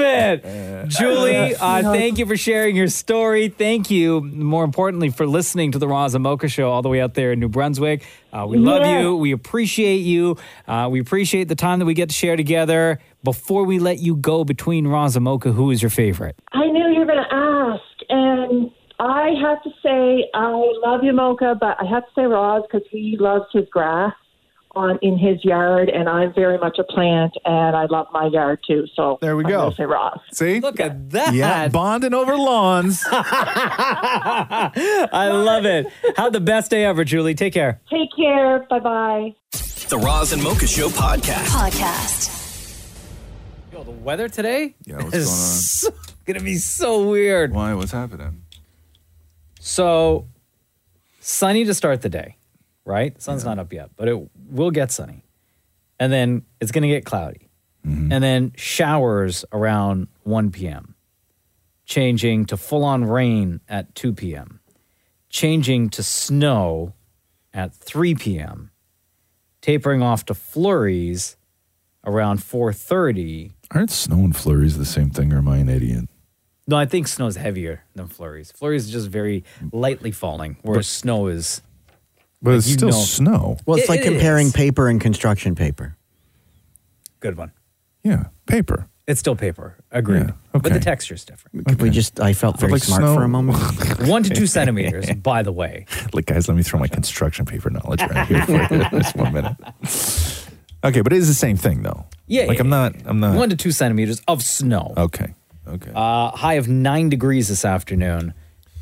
Speaker 1: it. Julie, uh, thank you for sharing your story. Thank you, more importantly, for listening to the Roz and Mocha Show all the way out there in New Brunswick. Uh, we love
Speaker 31: Yeah.
Speaker 1: you. We appreciate you. Uh, we appreciate the time that we get to share together. Before we let you go between Roz and Mocha, who is your favorite?
Speaker 24: I knew you were going to ask, and I have to say I love you, Mocha, but I have to say Roz because he loves his grass on in his yard, and I'm very much a plant, and I love my yard too. So there we
Speaker 3: go.
Speaker 24: Say Roz.
Speaker 3: See?
Speaker 1: Look at that.
Speaker 3: Yeah, bonding over lawns.
Speaker 1: I love it. Have the best day ever, Julie. Take care.
Speaker 24: Take care. Bye bye.
Speaker 2: The Roz and Mocha Show podcast.
Speaker 24: Podcast.
Speaker 1: The weather today
Speaker 2: Yeah, what's
Speaker 1: is so, gonna be so weird.
Speaker 3: Why? What's happening?
Speaker 1: So sunny to start the day, right? Sun's not up yet, but it will get sunny, and then it's gonna get cloudy,
Speaker 3: Mm-hmm.
Speaker 1: and then showers around 1 p.m., changing to full-on rain at 2 p.m., changing to snow at 3 p.m., tapering off to flurries around 4:30.
Speaker 3: Aren't snow and flurries the same thing, or am I an idiot?
Speaker 1: No, I think snow's heavier than flurries. Flurries is just very lightly falling, whereas snow is.
Speaker 3: But
Speaker 1: like,
Speaker 3: it's
Speaker 1: you
Speaker 3: still
Speaker 1: know-
Speaker 3: snow.
Speaker 5: Well, it's
Speaker 1: It-
Speaker 5: like
Speaker 1: it
Speaker 5: comparing
Speaker 1: is.
Speaker 5: paper and construction paper.
Speaker 1: Good one.
Speaker 3: Yeah, paper.
Speaker 1: It's still paper. Agreed. But the texture's different.
Speaker 5: Could we just? I felt very
Speaker 3: like
Speaker 5: smart
Speaker 3: snow.
Speaker 5: for a moment.
Speaker 1: One to two centimeters, by the way.
Speaker 3: Like, guys, let me throw my construction paper knowledge right here for just one minute. Okay, but it is the same thing, though.
Speaker 1: Yeah,
Speaker 3: Like, I'm not. I'm not.
Speaker 1: One to two centimeters of snow.
Speaker 3: Okay. Okay.
Speaker 1: Uh, high of nine degrees this afternoon,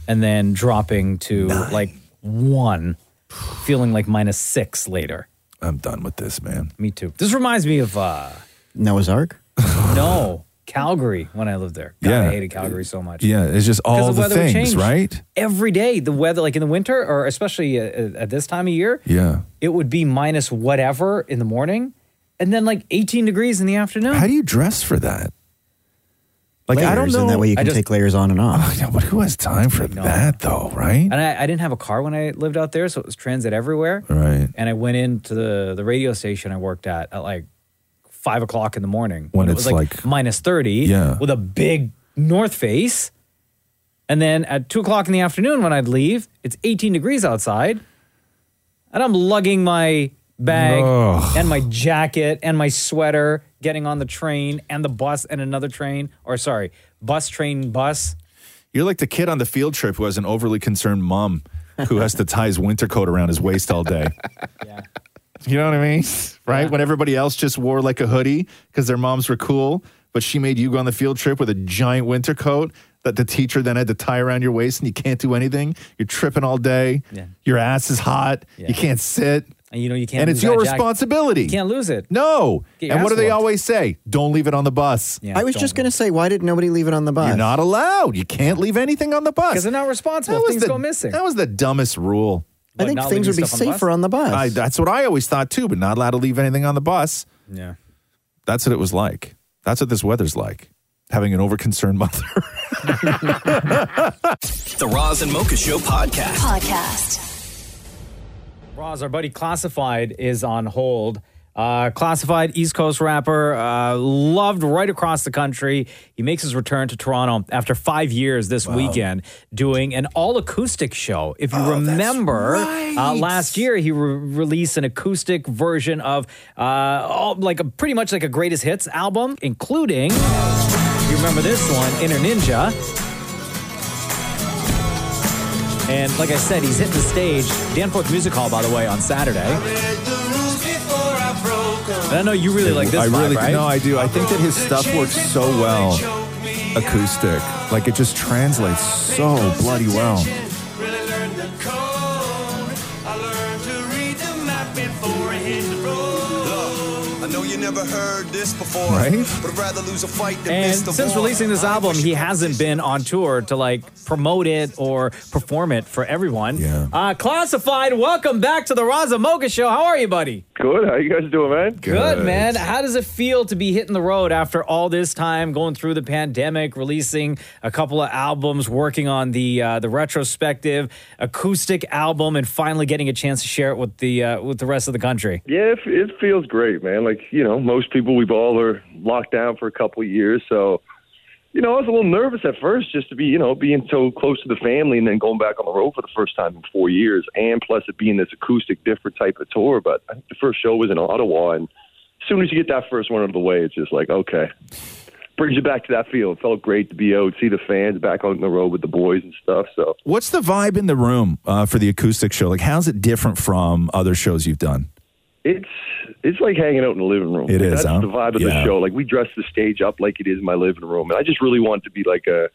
Speaker 1: and then dropping to like one, feeling like minus six later.
Speaker 3: I'm done with this, man.
Speaker 1: Me too. This reminds me of uh,
Speaker 5: Noah's Ark.
Speaker 1: no Calgary when I lived there. God,
Speaker 3: Yeah.
Speaker 1: I hated Calgary so much.
Speaker 3: Yeah, it's just
Speaker 1: Because
Speaker 3: all the
Speaker 1: weather would
Speaker 3: things,
Speaker 1: change
Speaker 3: right?
Speaker 1: Every day, the weather, like in the winter, or especially uh, uh, at this time of year,
Speaker 3: Yeah.
Speaker 1: it would be minus whatever in the morning, and then like 18 degrees in the afternoon.
Speaker 3: How do you dress for that? Like I don't
Speaker 8: Layers,
Speaker 3: know.
Speaker 8: And that way you can take layers on and off.
Speaker 3: no, but who has time for that though, right?
Speaker 1: And I, I didn't have a car when I lived out there, so it was transit everywhere.
Speaker 3: Right.
Speaker 1: And I went into the, the radio station I worked at at like five o'clock in the morning
Speaker 3: When
Speaker 1: it
Speaker 3: it's
Speaker 1: was like, minus 30
Speaker 3: Yeah.
Speaker 1: with a big north face. And then at two o'clock in the afternoon when I'd leave, it's 18 degrees outside. And I'm lugging my bag
Speaker 3: Ugh.
Speaker 1: and my jacket and my sweater, getting on the train and the bus and another train, or sorry, bus, train, bus.
Speaker 3: You're like the kid on the field trip who has an overly concerned mom who has to tie his winter coat around his waist all day. You know what I mean? Right? When everybody else just wore like a hoodie because their moms were cool, but she made you go on the field trip with a giant winter coat that the teacher then had to tie around your waist and you can't do anything. You're tripping all day.
Speaker 1: Yeah.
Speaker 3: Your ass is hot.
Speaker 1: Yeah.
Speaker 3: You can't sit.
Speaker 1: And you know, you can't
Speaker 3: And it's
Speaker 1: lose that
Speaker 3: your
Speaker 1: jacket.
Speaker 3: responsibility.
Speaker 1: You can't lose it.
Speaker 3: No.
Speaker 1: Get your
Speaker 3: and what do
Speaker 1: ass
Speaker 3: they
Speaker 1: whooped.
Speaker 3: always say? Don't leave it on the bus.
Speaker 8: I was just going to say, why did nobody leave it on the bus?
Speaker 3: You're not allowed. You can't leave anything on the bus.
Speaker 8: Because they're
Speaker 1: not responsible
Speaker 8: if things
Speaker 3: the,
Speaker 8: go missing.
Speaker 3: That was the dumbest rule.
Speaker 8: I What, think not things leaving would be stuff on the safer bus? on the bus.
Speaker 3: I, that's what I always thought too, but not allowed to leave anything on the bus.
Speaker 1: Yeah.
Speaker 3: That's what it was like. That's what this weather's like. Having an overconcerned mother.
Speaker 2: The Roz and Mocha Show podcast.
Speaker 17: Podcast.
Speaker 1: Roz, our buddy Classified is on hold. Uh, Classified, East Coast rapper, uh, loved right across the country. He makes his return to Toronto after five years this weekend, doing an all acoustic show. If you remember, uh, last year he re- released an acoustic version of uh, all, like a, pretty much like a greatest hits album, including you remember this one, Inner Ninja. And like I said, he's hitting the stage, Danforth Music Hall, by the way, on Saturday. And I know you really like this
Speaker 3: I
Speaker 1: vibe,
Speaker 3: really
Speaker 1: right?
Speaker 3: no, I do. I think that his stuff works so well acoustic. Like it just translates so bloody well.
Speaker 2: I know you never heard this before.
Speaker 1: Right?
Speaker 2: But I'd rather lose a fight than
Speaker 1: And
Speaker 2: miss the
Speaker 1: since
Speaker 2: war.
Speaker 1: releasing this album, he hasn't been on tour to like promote it or perform it for everyone. Yeah. Uh, Classified, welcome back to the Raza Mocha Show. How are you, buddy?
Speaker 32: Good. How you guys doing, man?
Speaker 1: Good. man. How does it feel to be hitting the road after all this time, going through the pandemic, releasing a couple of albums, working on the uh, the retrospective acoustic album, and finally getting a chance to share it with the uh, with the rest of the country?
Speaker 32: Yeah, it, it feels great, man. Like you know, most people we've all are locked down for a couple of years, so you know, I was a little nervous at first just to be you know being so close to the family and then going back on the road for the first time in four years, and plus it being this acoustic, different type of tour. But I think the first show was in Ottawa, and as soon as you get that first one out of the way, it's just like okay, brings you back to that feel. It felt great to be out, see the fans back on the road with the boys and stuff. So
Speaker 3: What's the vibe in the room uh, for the acoustic show? Like, how's it different from other shows you've done?
Speaker 32: It's it's like hanging out in the living room.
Speaker 3: It is,
Speaker 32: That's
Speaker 3: huh?
Speaker 32: the vibe of
Speaker 3: Yeah.
Speaker 32: the show. Like we dress the stage up like it is my living room, and I just really want it to be like a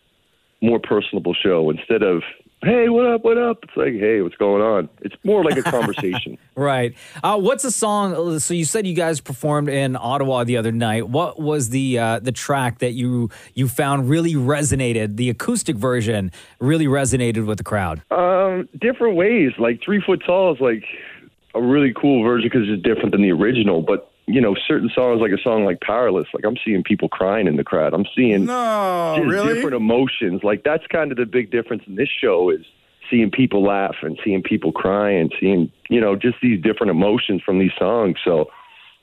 Speaker 32: more personable show instead of hey, what up, what up. It's like hey, what's going on? It's more like a conversation.
Speaker 1: Right. Uh, what's a song? So you said you guys performed in Ottawa the other night. What was the uh, the track that you you found really resonated? The acoustic version really resonated with the crowd.
Speaker 32: Um, different ways. Like three foot tall is like a really cool version because it's different than the original. But you know, certain songs like a song like Powerless, like I'm seeing people crying in the crowd. I'm seeing
Speaker 3: No,
Speaker 32: just
Speaker 3: really?
Speaker 32: different emotions. Like that's kind of the big difference in this show is seeing people laugh and seeing people cry and seeing you know just these different emotions from these songs. So.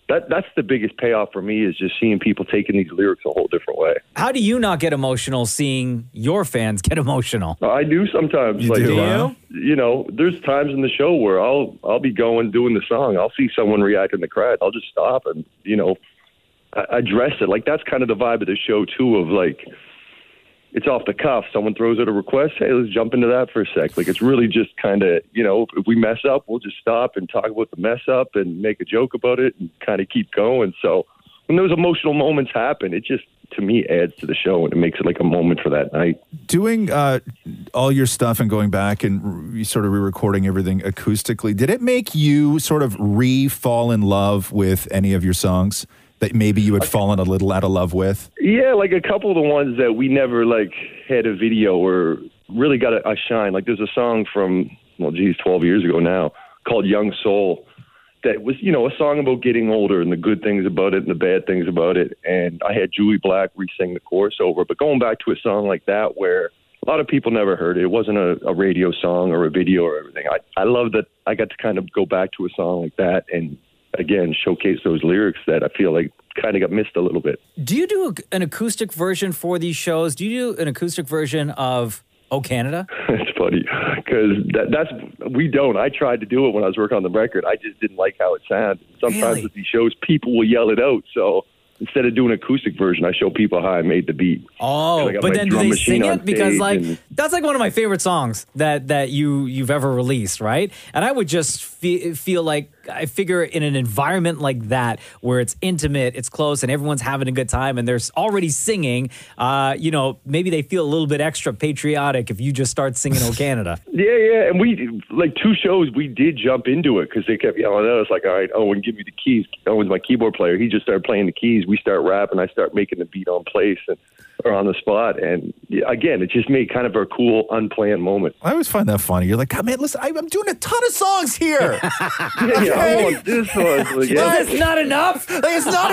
Speaker 32: That, that's the biggest payoff for me is just seeing people taking these lyrics a whole different way.
Speaker 1: How do you not get emotional seeing your fans get emotional?
Speaker 32: I do sometimes.
Speaker 1: You
Speaker 32: like,
Speaker 1: do, huh?
Speaker 32: You know, there's times in the show where I'll I'll be going doing the song. I'll see someone react in the crowd. I'll just stop and you know a- address it. Like that's kind of the vibe of the show too. Of like, it's off the cuff. Someone throws out a request. Hey, let's jump into that for a sec. Like it's really just kind of you know if we mess up, we'll just stop and talk about the mess up and make a joke about it and kind of keep going. So when those emotional moments happen, it just to me adds to the show and it makes it like a moment for that night.
Speaker 3: Doing uh, all your stuff and going back and re- sort of re recording everything acoustically, did it make you sort of re fall in love with any of your songs? that maybe you had fallen a little out of love with?
Speaker 32: Yeah, like a couple of the ones that we never like had a video or really got a, a shine. Like there's a song from well, geez, 12 years ago now called "Young Soul" that was you know a song about getting older and the good things about it and the bad things about it. And I had Julie Black re-sing the chorus over. But going back to a song like that where a lot of people never heard it. It wasn't a, a radio song or a video or everything. I, I love that I got to kind of go back to a song like that and again showcase those lyrics that I feel like kind of got missed a little bit.
Speaker 1: Do you do a, an acoustic version for these shows? Do you do an acoustic version of Oh Canada?
Speaker 32: it's funny because that, that's we don't. I tried to do it when I was working on the record. I just didn't like how it sounded. Sometimes
Speaker 1: Really?
Speaker 32: at these shows, people will yell it out. So instead of doing an acoustic version, I show people how I made the beat.
Speaker 1: Oh,
Speaker 32: I got
Speaker 1: but
Speaker 32: my
Speaker 1: then do
Speaker 32: drum
Speaker 1: they
Speaker 32: machine
Speaker 1: sing
Speaker 32: on
Speaker 1: it? Because
Speaker 32: stage
Speaker 1: like
Speaker 32: and-
Speaker 1: that's like one of my favorite songs that that you you've ever released, right? And I would just fe- feel like I figure in an environment like that where it's intimate, it's close, and everyone's having a good time, and they're s- already singing. Uh, you know, maybe they feel a little bit extra patriotic if you just start singing "O Canada."
Speaker 32: Yeah, yeah, and we like two shows. We did jump into it because they kept yelling at us, like, "All right, Owen, give me the keys." Owen's my keyboard player. He just started playing the keys. We start rapping. I start making the beat on place and or on the spot. And yeah, again, it just made kind of a cool, unplanned moment.
Speaker 3: I always find that funny. You're like, God, man, listen, I, I'm doing a ton of songs here.
Speaker 32: Yeah, yeah, I want this one. Like, yeah.
Speaker 1: Is this not enough? Like, it's not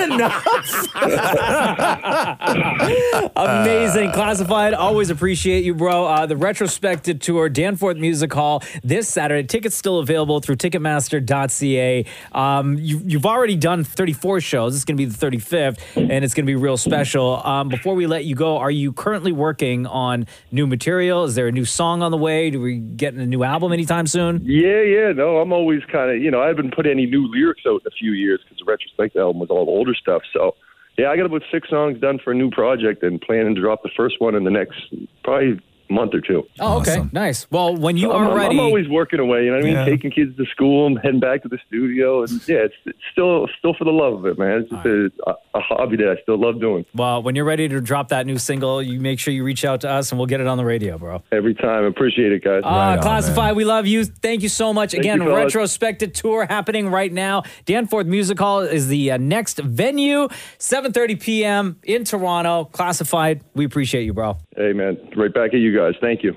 Speaker 1: enough. Amazing. Classified. Always appreciate you, bro. Uh, the retrospective tour, Danforth Music Hall, this Saturday. Tickets still available through Ticketmaster.ca. Um, you, you've already done 34 shows. This is going to be the 35th, and it's going to be real special. Um, before we let you go, are you currently working on new material? Is there a new song on the way? Do we get a new album anytime soon?
Speaker 32: Yeah, yeah, no, I'm always kind of, you know, I haven't put any new lyrics out in a few years because the retrospective album was all older stuff. So, yeah, I got about six songs done for a new project and planning to drop the first one in the next probably month or two.
Speaker 1: Oh, okay. Nice. Well, when you
Speaker 32: I'm,
Speaker 1: are
Speaker 32: I'm-
Speaker 1: ready.
Speaker 32: I'm always working away, you know what I mean?
Speaker 1: Yeah.
Speaker 32: Taking kids to school and heading back to the studio. And yeah, it's, it's still still for the love of it, man. It's just a, a hobby that I still love doing.
Speaker 1: Well, when you're ready to drop that new single, you make sure you reach out to us and we'll get it on the radio, bro.
Speaker 32: Every time. Appreciate it, guys.
Speaker 1: Uh, Classify, we love you. Thank you so much.
Speaker 32: Thank
Speaker 1: Again,
Speaker 32: you, fellas.
Speaker 1: retrospective tour happening right now. Danforth Music Hall is the uh, next venue, 7.30 p.m. in Toronto. Classified, we appreciate you, bro.
Speaker 32: Hey, man. Right back at you guys. Thank you.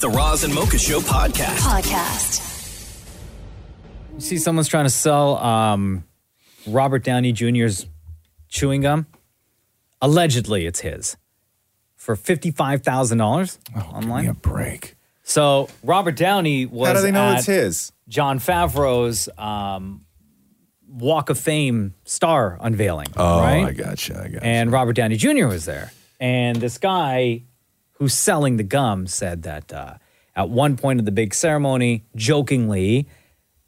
Speaker 33: The Roz and Mocha Show podcast.
Speaker 2: Podcast.
Speaker 1: You see someone's trying to sell um, Robert Downey Jr.'s chewing gum? Allegedly, it's his. For $55,000
Speaker 3: Oh,
Speaker 1: online. a
Speaker 3: break.
Speaker 1: So Robert Downey was
Speaker 3: How do they know
Speaker 1: at
Speaker 3: it's his?
Speaker 1: John Favreau's um, Walk of Fame star unveiling.
Speaker 3: Oh,
Speaker 1: right?
Speaker 3: I gotcha. I gotcha.
Speaker 1: And Robert Downey Jr. was there. And this guy who's selling the gum said that uh, at one point of the big ceremony, jokingly,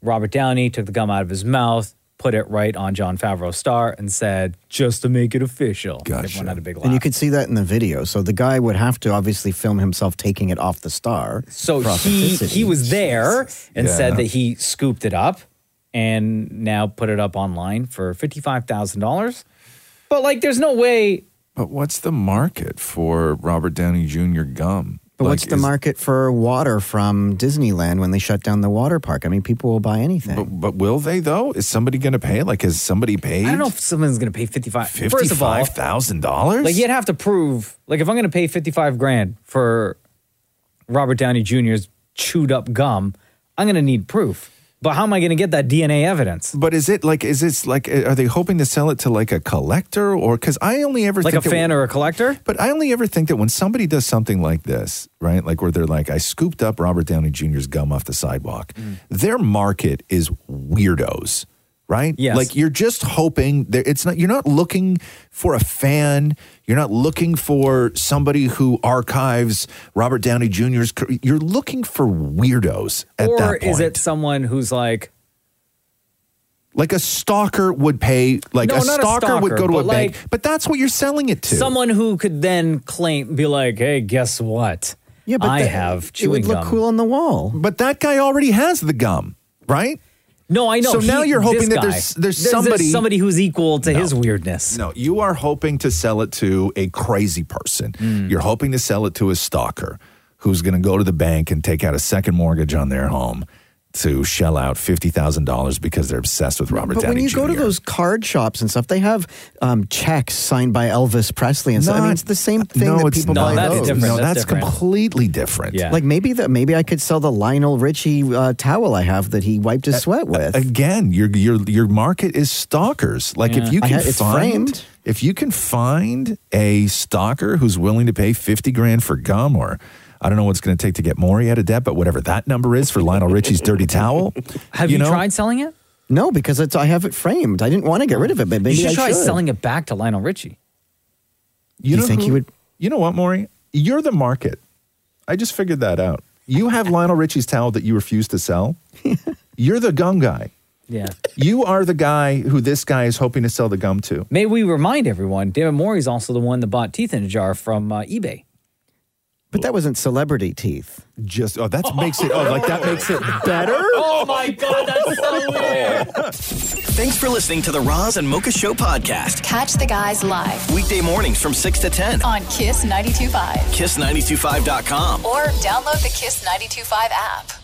Speaker 1: Robert Downey took the gum out of his mouth, put it right on John Favreau's star, and said, just to make it official. Gotcha. Everyone had a big laugh.
Speaker 5: And you could see that in the video. So the guy would have to obviously film himself taking it off the star.
Speaker 1: So
Speaker 5: for
Speaker 1: he
Speaker 5: authenticity.
Speaker 1: he was there and
Speaker 5: Yeah.
Speaker 1: said that he scooped it up and now put it up online for fifty five thousand dollars. But like, there's no way.
Speaker 3: But what's the market for Robert Downey Jr. gum?
Speaker 5: But
Speaker 3: Like,
Speaker 5: what's the
Speaker 3: is-
Speaker 5: market for water from Disneyland when they shut down the water park? I mean, people will buy anything.
Speaker 3: But, but will they though? Is somebody going to pay? Like, has somebody paid?
Speaker 1: I don't know if someone's going to pay fifty five. First of all,
Speaker 3: Fifty-five thousand dollars.
Speaker 1: like you'd have to prove. Like, if I'm going to pay fifty five grand for Robert Downey Jr.'s chewed up gum, I'm going to need proof. But how am I going to get that DNA evidence?
Speaker 3: But is it like? Is it like? Are they hoping to sell it to like a collector or? Because I only ever
Speaker 1: Like a
Speaker 3: think
Speaker 1: fan or a collector.
Speaker 3: But I only ever think that when somebody does something like this, right? Like where they're like, I scooped up Robert Downey Jr.'s gum off the sidewalk.
Speaker 1: Mm.
Speaker 3: Their market is weirdos, right?
Speaker 34: Yes.
Speaker 3: Like you're just hoping that it's not, you're not looking for a fan. You're not looking for somebody who archives Robert Downey Jr.'s. car- You're looking for weirdos at that
Speaker 1: Or
Speaker 3: point.
Speaker 1: is it someone who's like,
Speaker 3: like a stalker would pay, like
Speaker 1: No,
Speaker 3: a,
Speaker 1: not a
Speaker 3: stalker would
Speaker 1: stalker,
Speaker 3: go to a
Speaker 1: but
Speaker 3: bank,
Speaker 1: like-
Speaker 3: but that's what you're selling it to.
Speaker 1: Someone who could then claim, be like, "Hey, guess what?
Speaker 5: Yeah, but
Speaker 1: I
Speaker 5: that-
Speaker 1: have
Speaker 5: it
Speaker 1: chewing
Speaker 5: would look
Speaker 1: gum."
Speaker 5: cool on the wall.
Speaker 3: But that guy already has the gum, right?
Speaker 1: No, I know.
Speaker 3: So now
Speaker 1: He-
Speaker 3: you're
Speaker 1: this
Speaker 3: hoping that
Speaker 1: guy.
Speaker 3: there's there's somebody
Speaker 1: somebody who's equal to his weirdness.
Speaker 3: No, you are hoping to sell it to a crazy person.
Speaker 1: Hmm.
Speaker 3: You're hoping to sell it to a stalker who's going to go to the bank and take out a second mortgage on their home to shell out fifty thousand dollars because they're obsessed with Robert
Speaker 5: But
Speaker 3: Downey
Speaker 5: when you
Speaker 3: Jr.
Speaker 5: go to those card shops and stuff, they have um, checks signed by Elvis Presley and stuff. I mean,
Speaker 3: Not-
Speaker 5: uh, it's the same thing
Speaker 3: no,
Speaker 5: that
Speaker 3: it's
Speaker 5: people
Speaker 3: not.
Speaker 5: buy
Speaker 3: That's
Speaker 5: those.
Speaker 3: different. No, That's that's different. completely different. Yeah.
Speaker 5: Like maybe that maybe I could sell the Lionel Richie uh, towel I have that he wiped his sweat with.
Speaker 3: Again, your your your market is stalkers. Like
Speaker 5: Yeah.
Speaker 3: if you
Speaker 5: I
Speaker 3: can
Speaker 5: ha- it's
Speaker 3: find
Speaker 5: framed.
Speaker 3: if you can find a stalker who's willing to pay fifty grand for gum or I don't know what's going to take to get Maury out of debt, but whatever that number is for Lionel Richie's dirty towel.
Speaker 1: Have you,
Speaker 3: know?
Speaker 1: tried selling it?
Speaker 5: No, because it's I have it framed. I didn't want to get rid of it, but maybe
Speaker 1: you should
Speaker 5: I
Speaker 1: try
Speaker 5: should.
Speaker 1: selling it back to Lionel Richie.
Speaker 5: You think he would-
Speaker 3: You know what, Maury? You're the market. I just figured that out. You have Lionel Richie's towel that you refuse to sell. You're the gum guy.
Speaker 1: Yeah.
Speaker 3: You are the guy who this guy is hoping to sell the gum to.
Speaker 1: May we remind everyone, David Morey's also the one that bought teeth in a jar from uh, eBay.
Speaker 5: But that wasn't celebrity teeth.
Speaker 3: Just oh, that makes it oh, like that makes it better.
Speaker 1: Oh my god, that's so weird.
Speaker 2: Thanks for listening to the Roz and Mocha Show podcast.
Speaker 6: Catch the guys live
Speaker 2: Weekday mornings from 6 to 10.
Speaker 6: on Kiss 92.5
Speaker 2: Kiss925.com.
Speaker 6: or download the Kiss 92.5 app.